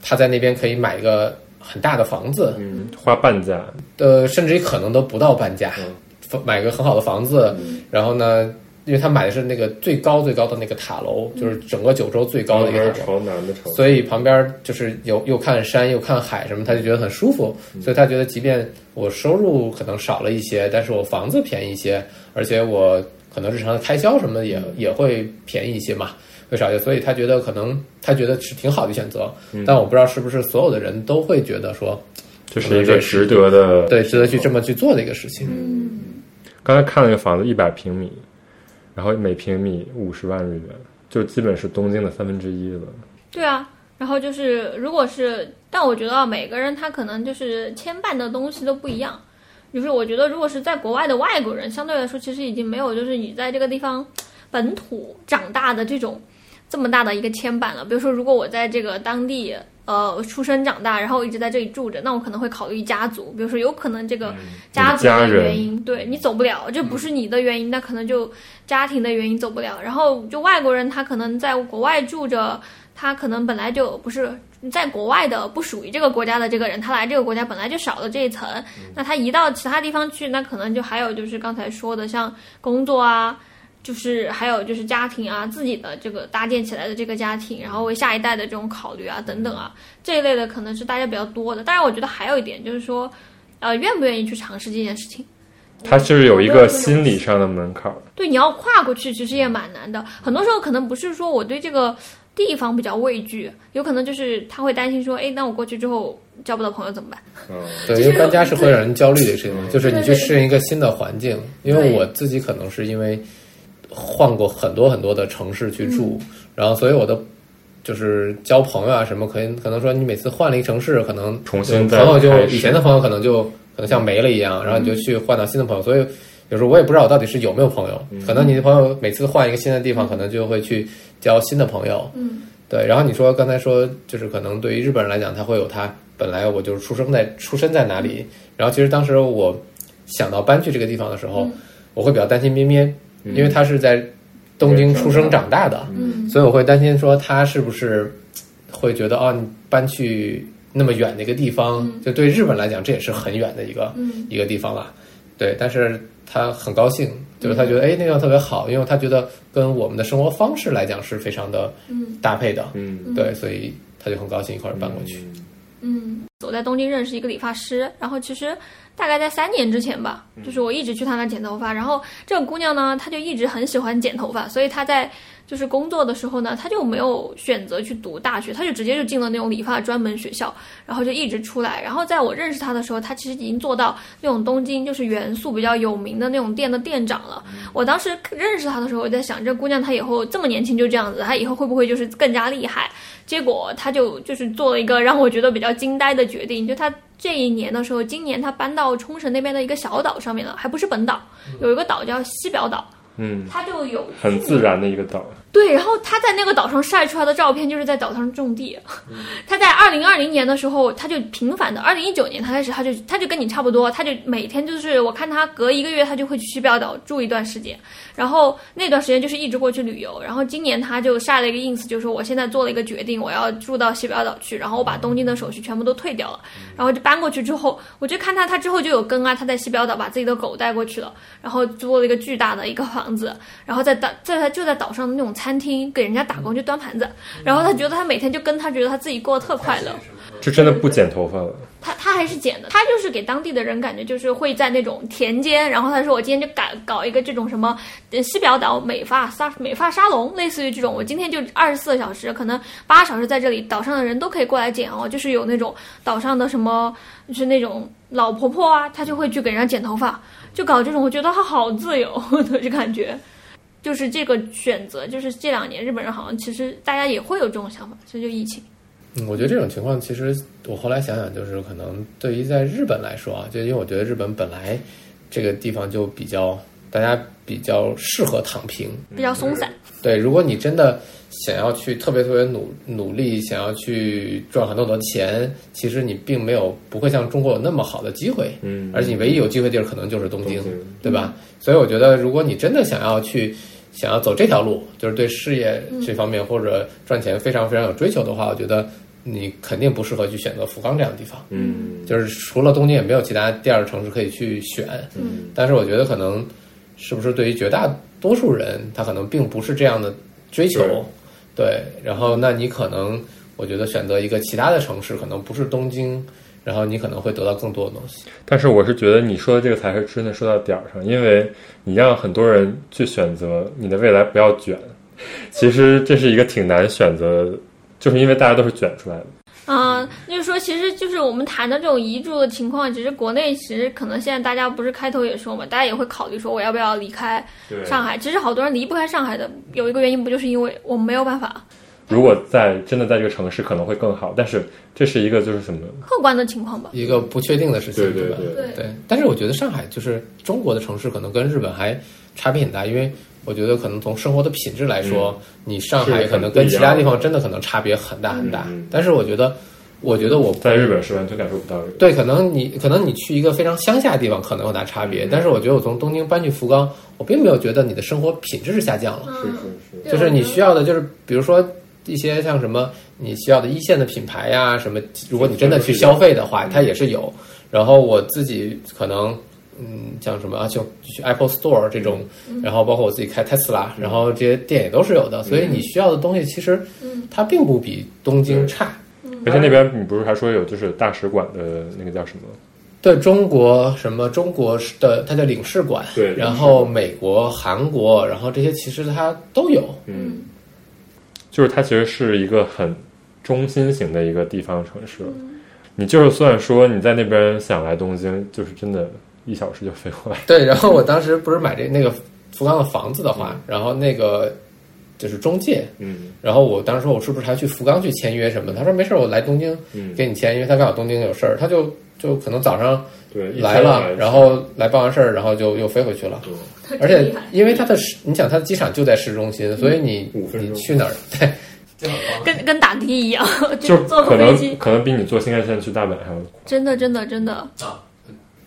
他在那边可以买一个很大的房子，
嗯，花半价，
呃，甚至于可能都不到半价，
嗯
买个很好的房子，然后呢。因为他买的是那个最高最高的那个塔楼，
嗯
就是整个九州最高的一个塔楼，
朝南的朝，
所以旁边就是有又看山又看海什么，他就觉得很舒服。所以他觉得，即便我收入可能少了一些，但是我房子便宜一些，而且我可能日常的开销什么的也也会便宜一些嘛，会少一些。所以他觉得可能他觉得是挺好的选择，但我不知道是不是所有的人都会觉得说，
这是一个值得的。
对，值得去这么去做的一个事情。
刚才看了一个房子，一百平米，然后每平米五十万日元，就基本是东京的三分之一了。
对啊。然后就是，如果是，但我觉得啊每个人他可能就是牵绊的东西都不一样。就是我觉得，如果是在国外的外国人，相对来说其实已经没有就是你在这个地方本土长大的这种这么大的一个牵绊了。比如说，如果我在这个当地呃出生长大，然后一直在这里住着，那我可能会考虑家族，比如说有可能这个家族
嗯家
的
人
原因，对你走不了，这不是你的原因，那可能就家庭的原因走不了。然后就外国人他可能在国外住着，他可能本来就不是。在国外的不属于这个国家的这个人，他来这个国家本来就少了这一层，那他移到其他地方去，那可能就还有就是刚才说的，像工作啊，就是还有就是家庭啊，自己的这个搭建起来的这个家庭，然后为下一代的这种考虑啊，等等啊，这一类的可能是大家比较多的。当然，我觉得还有一点就是说，呃，愿不愿意去尝试这件事情。
它是有一个心理上的门槛儿。
对，你要跨过去，其实也蛮难的。很多时候可能不是说我对这个地方比较畏惧，有可能就是他会担心说，哎，那我过去之后交不到朋友怎么办？
嗯，
对，因为搬家是会让人焦虑的一个事情，就是你去
对对
适应一个新的环境。因为我自己可能是因为换过很多很多的城市去住，
嗯
然后所以我的就是交朋友啊什么，可能可能说你每次换了一城市，可能
重新
朋
再
友就
开始
以前的朋友可能就可能像没了一样，然后你
嗯
就去换到新的朋友，所以。有时候我也不知道我到底是有没有朋友，
嗯
可能你的朋友每次换一个新的地方，可能就会去交新的朋友，
嗯，
对，然后你说刚才说，就是可能对于日本人来讲，他会有他本来我就是出生在出生在哪
嗯
里。然后其实当时我想到搬去这个地方的时
嗯
候，我会比较担心咩咩，因为他是在东京出生长大的，
嗯
所以我会担心说他是不是会觉得哦，你搬去那么远的一个地方，就对日本来讲这也是很远的一个、
嗯
一个地方了。对，但是他很高兴，就是
嗯
他觉得、哎那地方特别好，因为他觉得跟我们的生活方式来讲是非常的
嗯
搭配的。
嗯，
对，所以他就很高兴一块儿搬过去。
嗯，我在东京认识一个理发师，然后其实大概在三年之前吧，就是我一直去他那剪头发，然后这个姑娘呢，她就一直很喜欢剪头发，所以她在就是工作的时候呢，她就没有选择去读大学，她就直接就进了那种理发专门学校，然后就一直出来。然后在我认识她的时候，她其实已经做到那种东京就是元素比较有名的那种店的店长了。我当时认识她的时候，我在想，这姑娘她以后这么年轻就这样子，她以后会不会就是更加厉害？结果她就就是做了一个让我觉得比较惊呆的决定，就她这一年的时候，今年她搬到冲绳那边的一个小岛上面了，还不是本岛，有一个岛叫西表岛，
嗯，
她就有
很自然的一个岛。
对，然后他在那个岛上晒出来的照片就是在岛上种地。 他在二零二零年的时候，他就频繁的，二零一九年他开始，他就他就跟你差不多，他就每天就是我看他隔一个月他就会去西表岛住一段时间，然后那段时间就是一直过去旅游。然后今年他就晒了一个 ins，就是说我现在做了一个决定，我要住到西表岛去，然后我把东京的手续全部都退掉了，然后就搬过去之后，我就看他他之后就有更啊，他在西表岛把自己的狗带过去了，然后租了一个巨大的一个房子，然后在岛在他就在岛上的那种餐厅给人家打工就端盘子，然后他觉得他每天就跟他觉得他自己过得特快乐，
就真的不剪头发了，
他他还是剪的，他就是给当地的人感觉就是会在那种田间，然后他说我今天就搞搞一个这种什么呃西表岛美发沙美发沙龙，类似于这种，我今天就二十四小时，可能八小时在这里，岛上的人都可以过来剪哦，就是有那种岛上的什么就是那种老婆婆啊，她就会去给人家剪头发，就搞这种，我觉得她好自由 的感觉。就是这个选择，就是这两年日本人好像其实大家也会有这种想法，这就疫情。
嗯，我觉得这种情况其实我后来想想，就是可能对于在日本来说啊，就因为我觉得日本本来这个地方就比较大家比较适合躺平。
比较松散，
对，如果你真的想要去特别特别努努力，想要去赚很多很多钱，其实你并没有不会像中国有那么好的机会。
嗯
而且你唯一有机会地儿可能就是东京
东京，
对吧？所以我觉得，如果你真的想要去想要走这条路，就是对事业这方面或者赚钱非常非常有追求的话，我觉得你肯定不适合去选择福冈这样的地方。
嗯，
就是除了东京，也没有其他第二城市可以去选。
嗯，
但是我觉得可能是不是对于绝大多数人，他可能并不是这样的追求。对，然后那你可能，我觉得选择一个其他的城市，可能不是东京，然后你可能会得到更多的东西。
但是我是觉得你说的这个才是真的说到点儿上，因为你让很多人去选择你的未来不要卷，其实这是一个挺难选择的，就是因为大家都是卷出来的。
嗯，就是说，其实就是我们谈的这种移住的情况，其实国内其实可能现在大家不是开头也说嘛，大家也会考虑说我要不要离开
对
上海。其实好多人离不开上海的，有一个原因不就是因为我们没有办法，
如果在真的在这个城市可能会更好，但是这是一个就是什么？
客观的情况吧。
一个不确定的事情，
对对
吧？
对
对
对，但是我觉得上海就是中国的城市，可能跟日本还差别很大，因为我觉得可能从生活的品质来说，
嗯
你上海可能跟其他地方真的可能差别很大很大。
嗯嗯
但是我觉得，我觉得我
在日本是完全感受不到这个。
对，可能你可能你去一个非常乡下的地方，可能有大差
嗯
别。但是我觉得我从东京搬去福冈，我并没有觉得你的生活品质是下降了，
嗯，
是
对
就是你需要的就是比如说。一些像什么你需要的一线的品牌呀、什么，如果你真的去消费的话，它也是有。然后我自己可能，嗯，像什么啊，就去 Apple Store 这种，然后包括我自己开 Tesla，然后这些店也都是有的。所以你需要的东西其实它并不比东京差。
而且那边你不是还说有就是大使馆的那个叫什么？
对中国什么中国的它的领事馆，
对
然后美国、韩国，然后这些其实它都有，
嗯，就是它其实是一个很中心型的一个地方城市。
嗯
你就是算说你在那边想来东京，就是真的一小时就飞过来。
对，然后我当时不是买这那个福冈的房子的话，然后那个就是中介，
嗯，
然后我当时说我是不是还去福冈去签约什么的？他说没事，我来东京
嗯
给你签，因为他刚好东京有事儿，他就就可能早上
对
来了，然后来办完事儿，然后就又飞回去了。而
真
且
厉害
因为他的市，你想他的机场就在市中心，所以你
嗯五分
你
钟
去 哪儿？对，
跟跟打的 一样，
就
就是坐
可
个飞
能
机，
可能比你坐新干线去大阪还要
真的真的真的，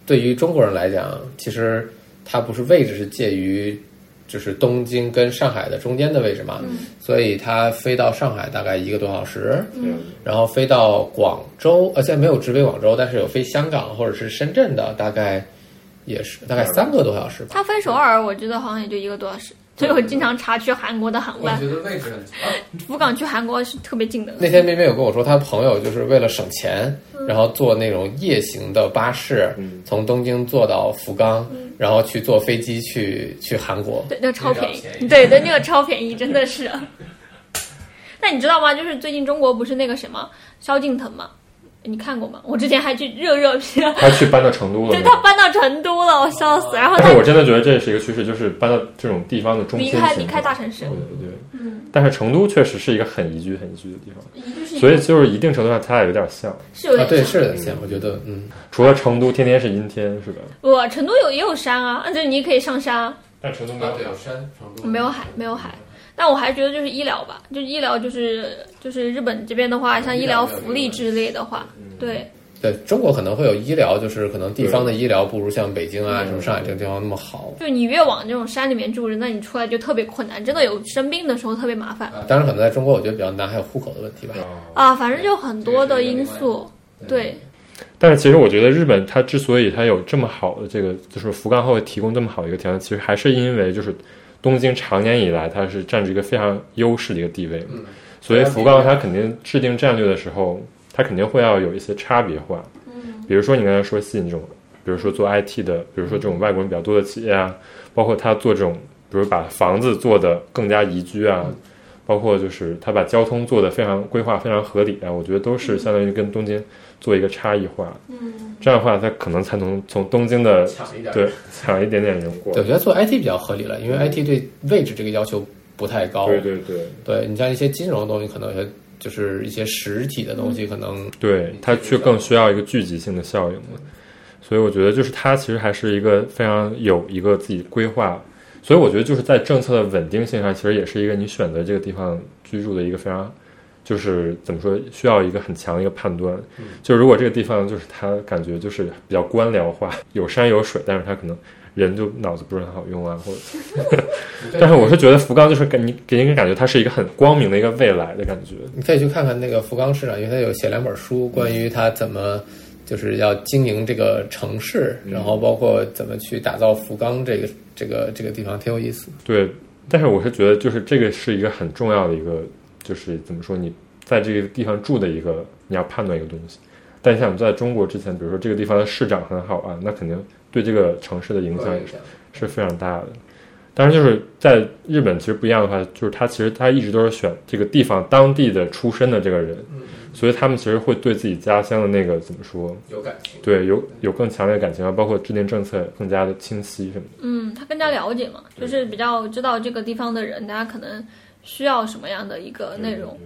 对于中国人来讲，其实它不是位置是介于就是东京跟上海的中间的位置嘛，所以它飞到上海大概一个多小时，
嗯
然后飞到广州，呃，现在没有直飞广州，但是有飞香港或者是深圳的，大概也是大概三个多小时吧。
他飞首尔，我觉得好像也就一个多小时。所以我经常查去韩国的航班，
得位置很近。
福冈去韩国是特别近的。
那天边边有跟我说，他朋友就是为了省钱，然后坐那种夜行的巴士，从东京坐到福冈，然后去坐飞机去去韩国。
对，那个超便
那个便
宜， 对对，那个超便宜，真的是。 但你知道吗？就是最近中国不是那个什么萧敬腾嘛，你看过吗？我之前还去热热片，
他去搬到成都了
对
嘛。
他搬到成都了，我笑死。然后
但
他
是我真的觉得这是一个趋势，就是搬到这种地方的中心
离
型。
开离开大城市
对，对对。但是成都确实是一个很宜居、很宜居的地方，
就是
所以就是一定程度上它俩有点像。
是有
啊，
点
对，是的，像我觉得，嗯，
除了成都天天是阴天，是吧？
我成都有也有山啊，就你可以上山啊，
但成都
山成都
没有海，没有海。但我还觉得就是医疗吧，就医疗就是就是日本这边的话，像医疗福利之类的话，对，
对中国可能会有医疗，就是可能地方的医疗不如像北京啊、
嗯
什么上海这个地方那么好。
就你越往这种山里面住着，那你出来就特别困难，真的有生病的时候特别麻烦
当然，可能在中国我觉得比较难，还有户口的问题吧。
啊，反正就很多的因素，对，
但是其实我觉得日本它之所以它有这么好的这个，就是福冈会提供这么好的一个条件，其实还是因为就是东京长年以来它是占据一个非常优势的一个地位嘛，所以福冈它肯定制定战略的时候，它肯定会要有一些差别化，嗯，比如说你刚才说吸引这种，比如说做 IT 的，比如说这种外国人比较多的企业啊，包括它做这种，比如把房子做的更加宜居啊。包括就是它把交通做的非常规划非常合理啊，我觉得都是相当于跟东京做一个差异化，嗯，这样的话，它可能才能从东京的
抢一点
对抢一点点人过
对，我觉得做 IT 比较合理了，因为 IT 对位置这个要求不太高。
对对对
对你像一些金融的东西，可能有些就是一些实体的东西，可能
对，它却更需要一个聚集性的效应了。所以我觉得，就是它其实还是一个非常有一个自己规划。所以我觉得，就是在政策的稳定性上，其实也是一个你选择这个地方居住的一个非常，就是怎么说，需要一个很强的一个判断。就如果这个地方就是它感觉就是比较官僚化，有山有水，但是它可能人就脑子不是很好用啊，或者。但是我是觉得福冈就是给你给人感觉它是一个很光明的一个未来的感觉。
你可以去看看那个福冈市长，因为他有写两本书，关于他怎么就是要经营这个城市，然后包括怎么去打造福冈这个这个这个地方，挺有意思。
对，但是我是觉得，就是这个是一个很重要的一个，就是怎么说，你在这个地方住的一个，你要判断一个东西。但像你在中国之前，比如说这个地方的市长很好啊，那肯定对这个城市的影响也是是非常大的。当然，就是在日本其实不一样的话，就是他其实他一直都是选这个地方当地的出身的这个人，所以他们其实会对自己家乡的那个怎么说，
有感情。
对有有更强烈的感情啊，包括制定政策更加的清晰什么的。
嗯，他更加了解嘛，就是比较知道这个地方的人，大家可能需要什么样的一个内容。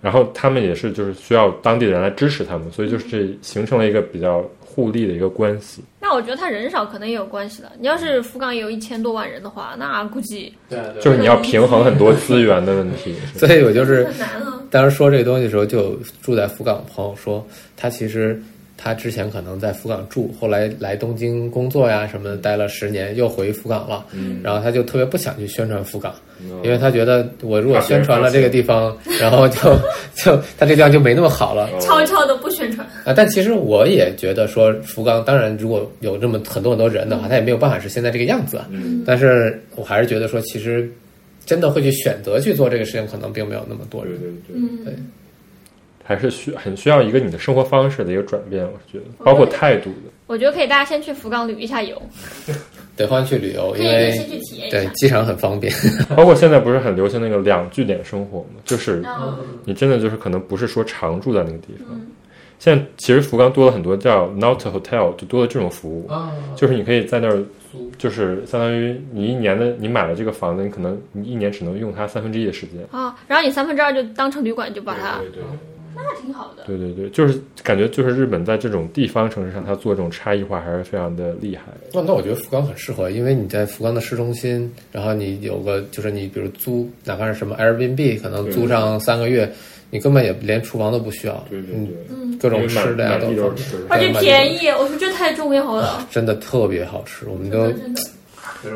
然后他们也是就是需要当地人来支持他们，所以就是形成了一个比较互利的一个关系。
那我觉得他人少可能也有关系的。你要是福冈也有一千多万人的话，那估计
对啊，
就是你要平衡很多资源的问题。是吧
所以我就是
很难啊。
当时说这东西的时候，就住在福冈的朋友说，他其实他之前可能在福冈住，后来来东京工作呀什么的，待了十年，又回福冈了。然后他就特别不想去宣传福冈，因为他觉得我如果宣传了这个地方，然后就就他这地方就没那么好
哦
了。
悄悄的不宣传，
啊，但其实我也觉得说，福冈当然如果有这么很多很多人的话，他也没有办法是现在这个样子。啊
嗯，
但是我还是觉得说，其实真的会去选择去做这个事情，可能并没有那么多人。
对对，
对
嗯，
还是需很需要一个你的生活方式的一个转变，我是觉得，包括态度的。
我觉得可以，大家先去福冈旅一下游，
得欢去旅游，
可
因
以
为
先去体验一
对
下。
机场很方便。
包括现在不是很流行那个两据点生活嘛，就是
嗯
你真的就是可能不是说常住在那个地方。现在其实福冈多了很多叫 Not Hotel，就多了这种服务，就是你可以在那儿，就是相当于你一年的你买了这个房子，你可能你一年只能用它三分之一的时间。
啊，然后你三分之二就当成旅馆，就把它，
对
那挺好的。
对对对，就是感觉就是日本在这种地方城市上，它做这种差异化还是非常的厉害。
那那我觉得福冈很适合，因为你在福冈的市中心，然后你有个就是你比如租，哪怕是什么 Airbnb，可能
对
租上三个月，你根本也连厨房都不需要，嗯，各种吃的呀
因为满满地
都
都是吃的
而且便
宜，
宜，我说这太重要了。
真的特别好吃，我们 都
真的，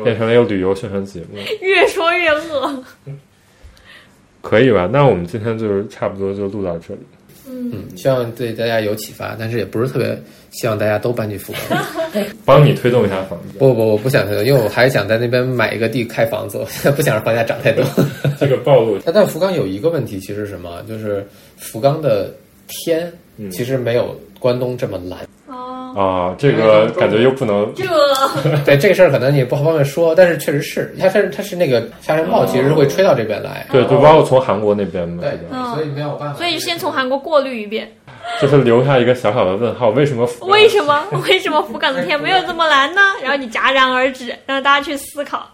变成了一个旅游宣传节目，
越说越饿。
可以吧？那我们今天就是差不多就录到这里。
嗯，
希望对大家有启发，但是也不是特别希望大家都搬去福冈。
帮你推动一下房价，
不不，我不想去，因为我还想在那边买一个地开房子， 我现在不想让房价涨太多。
这个暴露
但但福冈有一个问题，其实是什么？就是福冈的天
嗯
其实没有关东这么蓝。
哦，
啊，这个感觉又不能
这
对这个事儿，可能你也不方便说，但是确实是，它是它是那个沙尘暴，其实是会吹到这边来。
对，就包括从韩国那边嘛，
对
是，吧？
嗯
所以没有办法。
所以先从韩国过滤一遍，
就是留下一个小小的问号，为什么福冈？
为什么为什么福冈的天没有这么蓝呢？然后你戛然而止，让大家去思考。